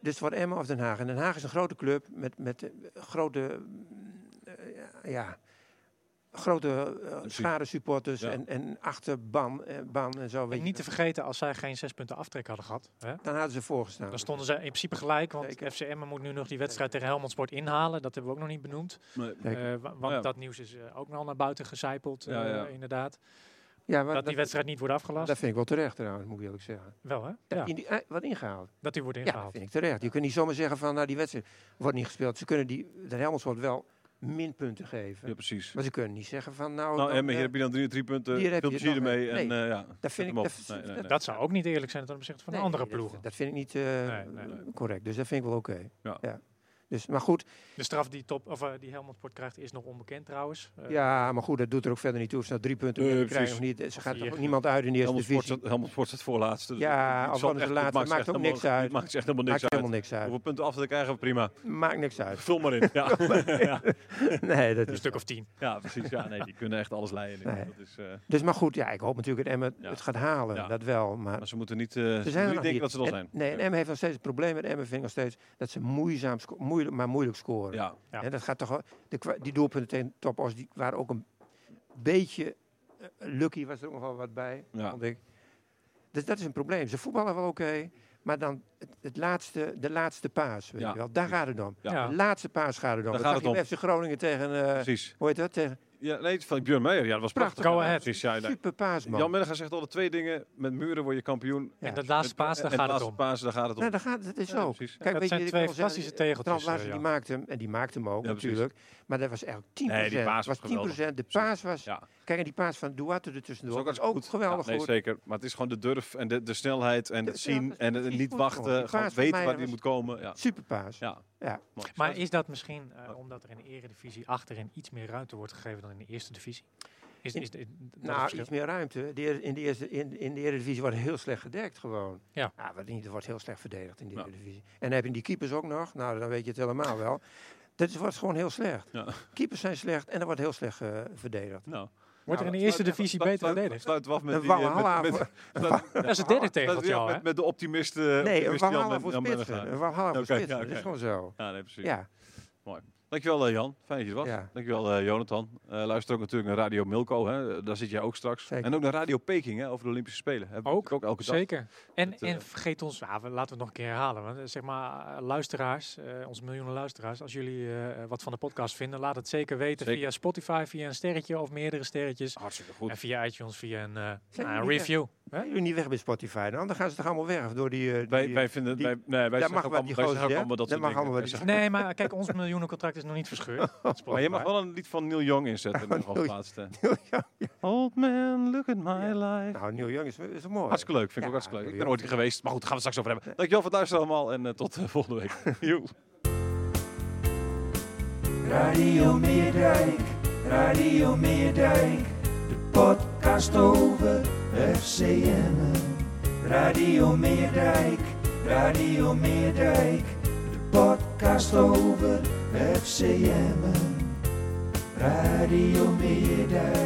[SPEAKER 2] Dus het wordt Emmen of Den Haag. En Den Haag is een grote club met, met eh, grote, eh, ja, grote eh,
[SPEAKER 1] Precies.
[SPEAKER 2] schare supporters
[SPEAKER 1] Ja.
[SPEAKER 2] en, en achterban eh, ban en zo. Weet
[SPEAKER 3] En
[SPEAKER 2] je.
[SPEAKER 3] niet te vergeten, als zij geen zes punten aftrek hadden gehad, hè,
[SPEAKER 2] dan hadden ze voorgestaan.
[SPEAKER 3] dan stonden ze in principe gelijk. Want
[SPEAKER 2] Zeker.
[SPEAKER 3] FCM moet nu nog die wedstrijd tegen Helmond Sport inhalen. Dat hebben we ook nog niet benoemd.
[SPEAKER 1] Nee.
[SPEAKER 2] Zeker.
[SPEAKER 3] Eh, wa- want
[SPEAKER 1] Ja.
[SPEAKER 3] dat nieuws is eh, ook nog naar buiten gecijpeld,
[SPEAKER 1] Ja,
[SPEAKER 3] eh,
[SPEAKER 1] ja.
[SPEAKER 3] inderdaad.
[SPEAKER 2] ja, maar
[SPEAKER 3] Dat die wedstrijd niet wordt afgelast.
[SPEAKER 2] Dat vind ik wel terecht trouwens, moet ik eerlijk zeggen.
[SPEAKER 3] Wel, hè?
[SPEAKER 2] Dat
[SPEAKER 3] Ja,
[SPEAKER 2] die in die- eh, wordt ingehaald.
[SPEAKER 3] dat die wordt
[SPEAKER 2] Ja, dat
[SPEAKER 3] ingehaald.
[SPEAKER 2] vind ik terecht. Je kunt niet zomaar zeggen van, nou die wedstrijd wordt niet gespeeld. Ze kunnen die, de Helmond wel minpunten geven.
[SPEAKER 1] Ja, precies.
[SPEAKER 2] Maar ze kunnen niet zeggen van, nou...
[SPEAKER 1] Nou,
[SPEAKER 2] dan,
[SPEAKER 1] Emma, hier
[SPEAKER 2] eh,
[SPEAKER 1] heb je dan drie, drie punten.
[SPEAKER 2] hier heb
[SPEAKER 1] Veel
[SPEAKER 2] je het
[SPEAKER 1] plezier
[SPEAKER 2] nog,
[SPEAKER 1] ermee.
[SPEAKER 2] hè.
[SPEAKER 1] En,
[SPEAKER 2] Nee,
[SPEAKER 1] eh, ja, zet
[SPEAKER 2] vind
[SPEAKER 1] hem
[SPEAKER 2] ik-
[SPEAKER 1] op.
[SPEAKER 2] dat-
[SPEAKER 1] Nee, nee,
[SPEAKER 2] dat-
[SPEAKER 1] nee.
[SPEAKER 3] Dat zou ook niet eerlijk zijn ten opzichte van
[SPEAKER 2] nee,
[SPEAKER 3] de andere
[SPEAKER 2] dat-
[SPEAKER 3] ploegen.
[SPEAKER 2] Dat, vind ik niet eh,
[SPEAKER 3] Nee, nee.
[SPEAKER 2] correct. Dus dat vind ik wel oké.
[SPEAKER 1] Ja.
[SPEAKER 2] Ja. Dus, maar goed,
[SPEAKER 3] De straf die, top, of, eh, die Helmond Sport krijgt is nog onbekend trouwens. Eh,
[SPEAKER 2] ja, maar goed, dat doet er ook verder niet toe. Of ze nou drie punten
[SPEAKER 1] Nee,
[SPEAKER 2] meer krijgen of
[SPEAKER 1] precies.
[SPEAKER 2] niet. eh, Ze gaat
[SPEAKER 3] vier.
[SPEAKER 2] toch ook niemand uit in de eerste
[SPEAKER 1] Helmond Sport
[SPEAKER 2] divisie.
[SPEAKER 1] staat- Helmond Sport staat voorlaatste. dus
[SPEAKER 2] Ja,
[SPEAKER 1] het- het
[SPEAKER 2] of
[SPEAKER 1] zal
[SPEAKER 2] anders
[SPEAKER 1] echt-
[SPEAKER 2] de
[SPEAKER 1] het
[SPEAKER 2] laatste.
[SPEAKER 1] maakt
[SPEAKER 2] Maakt
[SPEAKER 1] echt
[SPEAKER 2] ook
[SPEAKER 1] helemaal-
[SPEAKER 2] niks uit.
[SPEAKER 1] Het maakt echt helemaal
[SPEAKER 2] Maakt
[SPEAKER 1] niks
[SPEAKER 2] helemaal
[SPEAKER 1] uit.
[SPEAKER 2] niks uit.
[SPEAKER 1] Hoeveel punten af te krijgen, prima.
[SPEAKER 2] Maakt niks uit.
[SPEAKER 1] Vul maar in. Ja, ja.
[SPEAKER 2] nee, dat
[SPEAKER 3] een
[SPEAKER 2] is
[SPEAKER 3] stuk of tien.
[SPEAKER 1] ja precies. Ja, nee, die kunnen echt alles leiden.
[SPEAKER 2] Nee.
[SPEAKER 1] Dat is, eh,
[SPEAKER 2] Dus maar goed, ja, ik hoop natuurlijk dat Emmen
[SPEAKER 1] Ja.
[SPEAKER 2] het gaat halen.
[SPEAKER 1] Ja.
[SPEAKER 2] Dat wel. Maar
[SPEAKER 1] maar ze moeten niet, eh, ze moeten
[SPEAKER 2] er
[SPEAKER 1] niet
[SPEAKER 2] nog
[SPEAKER 1] denken
[SPEAKER 2] niet.
[SPEAKER 1] dat ze dat
[SPEAKER 2] En-
[SPEAKER 1] zijn.
[SPEAKER 2] Nee, en Emmen heeft nog steeds het probleem met Emmen, vind ik nog steeds, dat ze moeizaam, sco- moeilijk, maar moeilijk scoren.
[SPEAKER 1] Ja,
[SPEAKER 3] Ja.
[SPEAKER 2] En dat gaat toch wel- de, kwa- die doelpunten tegen Top Os, die waren ook een beetje eh, lucky, was er ook nog wel wat bij,
[SPEAKER 1] Ja.
[SPEAKER 2] vond ik. Dus dat is een probleem. Ze voetballen wel oké, maar dan het, het laatste, de laatste paas, weet
[SPEAKER 1] Ja,
[SPEAKER 2] je wel. Daar
[SPEAKER 1] precies.
[SPEAKER 2] gaat het om.
[SPEAKER 1] Ja.
[SPEAKER 3] Ja.
[SPEAKER 2] De laatste paas gaat het om.
[SPEAKER 1] Daar
[SPEAKER 2] Dat
[SPEAKER 1] gaat
[SPEAKER 2] zag
[SPEAKER 1] het
[SPEAKER 2] je bij FC Groningen tegen, eh
[SPEAKER 1] precies.
[SPEAKER 2] hoe heet dat, tegen
[SPEAKER 1] Ja, nee, van Björn Meijer. Ja, dat was
[SPEAKER 2] Prachtig.
[SPEAKER 1] prachtig.
[SPEAKER 3] Go ahead.
[SPEAKER 1] Precies, ja, nee.
[SPEAKER 2] super paas, man.
[SPEAKER 1] Jan Mennegaar zegt altijd twee dingen. Met muren word je kampioen.
[SPEAKER 2] Ja.
[SPEAKER 3] En dat laatste paas, daar gaat het om.
[SPEAKER 1] Paas, daar gaat het om.
[SPEAKER 2] Nou, daar gaat het is
[SPEAKER 1] Ja,
[SPEAKER 2] zo.
[SPEAKER 1] precies.
[SPEAKER 3] dat zijn
[SPEAKER 2] ik
[SPEAKER 3] twee
[SPEAKER 2] wil zeggen,
[SPEAKER 3] fantastische tegeltjes,
[SPEAKER 2] Trant Larsen,
[SPEAKER 3] eh,
[SPEAKER 2] die
[SPEAKER 3] Jan.
[SPEAKER 2] maakte hem, en die maakte hem ook
[SPEAKER 1] Ja, precies.
[SPEAKER 2] natuurlijk. Maar dat was eigenlijk 10%.
[SPEAKER 1] Nee, die paas was
[SPEAKER 2] was 10%. De
[SPEAKER 1] geweldig.
[SPEAKER 2] paas was...
[SPEAKER 1] Ja.
[SPEAKER 2] Kijk, en die paas van Duarte er
[SPEAKER 1] Dat
[SPEAKER 2] tussendoor.
[SPEAKER 1] is
[SPEAKER 2] Dat
[SPEAKER 1] ook,
[SPEAKER 2] was ook
[SPEAKER 1] goed.
[SPEAKER 2] geweldig
[SPEAKER 1] Ja, nee,
[SPEAKER 2] goed.
[SPEAKER 1] zeker. Maar het is gewoon de durf en de, de snelheid en
[SPEAKER 2] De
[SPEAKER 1] het zien
[SPEAKER 2] snelheid,
[SPEAKER 1] en het
[SPEAKER 2] precies
[SPEAKER 1] niet
[SPEAKER 2] goed, jongen.
[SPEAKER 1] wachten.
[SPEAKER 2] Die
[SPEAKER 1] Gewoon
[SPEAKER 2] paas van
[SPEAKER 1] weten waar
[SPEAKER 2] Meijer
[SPEAKER 1] die
[SPEAKER 2] was-
[SPEAKER 1] moet komen. Ja.
[SPEAKER 2] Superpaas.
[SPEAKER 1] Ja.
[SPEAKER 2] Ja.
[SPEAKER 1] Mooi.
[SPEAKER 3] Maar is dat misschien eh, omdat er in de eredivisie achterin iets meer ruimte wordt gegeven dan in de eerste divisie? Is,
[SPEAKER 2] In-
[SPEAKER 3] is, is- dat het
[SPEAKER 2] Nou,
[SPEAKER 3] verschil?
[SPEAKER 2] iets meer ruimte. De eer- in, de eerste, in, in de Eredivisie wordt heel slecht gedekt gewoon.
[SPEAKER 3] Ja.
[SPEAKER 2] wat niet, er wordt heel slecht verdedigd in de
[SPEAKER 1] Ja.
[SPEAKER 2] Eredivisie. En heb je die keepers ook nog? Nou, dan weet je het helemaal wel. Dat is- wordt gewoon heel slecht.
[SPEAKER 1] Ja.
[SPEAKER 2] Keepers zijn slecht en er wordt heel slecht eh, verdedigd.
[SPEAKER 1] Nou.
[SPEAKER 3] Wordt er in de
[SPEAKER 1] Sluit-
[SPEAKER 3] eerste divisie
[SPEAKER 1] sluit-
[SPEAKER 3] beter
[SPEAKER 1] sluit-
[SPEAKER 3] verdedigd?
[SPEAKER 1] Sluiten we af met
[SPEAKER 2] Een
[SPEAKER 1] die, eh,
[SPEAKER 2] Walhalla
[SPEAKER 1] met-
[SPEAKER 2] voor-
[SPEAKER 1] met- sluiten we
[SPEAKER 3] Dat is het derde
[SPEAKER 1] af
[SPEAKER 3] tegeltje al, hè?
[SPEAKER 1] met- Met de optimist. eh,
[SPEAKER 2] Nee, een
[SPEAKER 1] optimist Jan
[SPEAKER 2] Valhalla
[SPEAKER 1] Men-
[SPEAKER 2] voor
[SPEAKER 1] Jan
[SPEAKER 2] spitsen.
[SPEAKER 1] Mennegaar.
[SPEAKER 2] Een Valhalla voor
[SPEAKER 1] Oké, ja,
[SPEAKER 2] spitsen. Dat
[SPEAKER 1] oké.
[SPEAKER 2] is gewoon zo.
[SPEAKER 1] Ja, nee, precies.
[SPEAKER 2] Ja.
[SPEAKER 1] Dankjewel eh, Jan, fijn dat je er was.
[SPEAKER 2] Ja.
[SPEAKER 1] Dankjewel eh, Jonathan. Eh, luister ook natuurlijk naar Radio Milko, hè. daar zit jij ook straks.
[SPEAKER 2] Zeker.
[SPEAKER 1] En ook naar Radio Peking hè, over de Olympische Spelen. Hebben we
[SPEAKER 3] Ook,
[SPEAKER 1] natuurlijk ook elke dag.
[SPEAKER 3] Zeker. En,
[SPEAKER 1] Het, eh,
[SPEAKER 3] en vergeet ons, nou, we- laten we het nog een keer herhalen. Want, eh, zeg maar, eh, luisteraars, eh, onze miljoenen luisteraars, als jullie eh, eh, wat van de podcast vinden, laat het zeker weten
[SPEAKER 1] Zeker.
[SPEAKER 3] via Spotify, via een sterretje of meerdere sterretjes.
[SPEAKER 1] Hartstikke goed.
[SPEAKER 3] En via iTunes, via een, eh,
[SPEAKER 2] Zijn
[SPEAKER 3] nou, een
[SPEAKER 2] jullie, eh,
[SPEAKER 3] review. Hè?
[SPEAKER 2] Jullie niet weg bij Spotify, dan Dan gaan ze toch allemaal weg door die... eh, die-
[SPEAKER 1] Wij, wij vinden,
[SPEAKER 2] die-
[SPEAKER 1] wij, nee, wij
[SPEAKER 2] mag
[SPEAKER 1] zeggen ook
[SPEAKER 2] wat
[SPEAKER 1] allemaal,
[SPEAKER 2] die
[SPEAKER 1] wij zeggen
[SPEAKER 2] gozer,
[SPEAKER 1] ook
[SPEAKER 2] hè?
[SPEAKER 1] allemaal dat
[SPEAKER 2] Dat
[SPEAKER 1] soort
[SPEAKER 2] mag
[SPEAKER 1] dingen.
[SPEAKER 2] allemaal
[SPEAKER 1] Wij
[SPEAKER 2] wat die
[SPEAKER 1] zeggen-
[SPEAKER 3] Nee, maar kijk, ons miljoenencontract is nog niet verscheurd.
[SPEAKER 1] Oh, Maar je mag wel een lied van Neil Young inzetten. in ieder geval
[SPEAKER 2] Neil-
[SPEAKER 1] plaatsen.
[SPEAKER 2] Neil Young,
[SPEAKER 1] Old man, look at my life.
[SPEAKER 2] nou, Neil Young is, is mooi.
[SPEAKER 1] Hartstikke leuk, vind ik
[SPEAKER 2] Ja,
[SPEAKER 1] ook hartstikke leuk. Ik
[SPEAKER 2] Neil
[SPEAKER 1] ben
[SPEAKER 2] Young
[SPEAKER 1] ooit niet geweest, maar goed, daar gaan we het straks over hebben. Dankjewel voor het luisteren allemaal en eh, tot eh, volgende week. Joe.
[SPEAKER 4] Radio Meerdijk, Radio Meerdijk, de podcast over FCM. Radio Meerdijk, Radio Meerdijk, de podcast over FCM. Radio Meerdijk.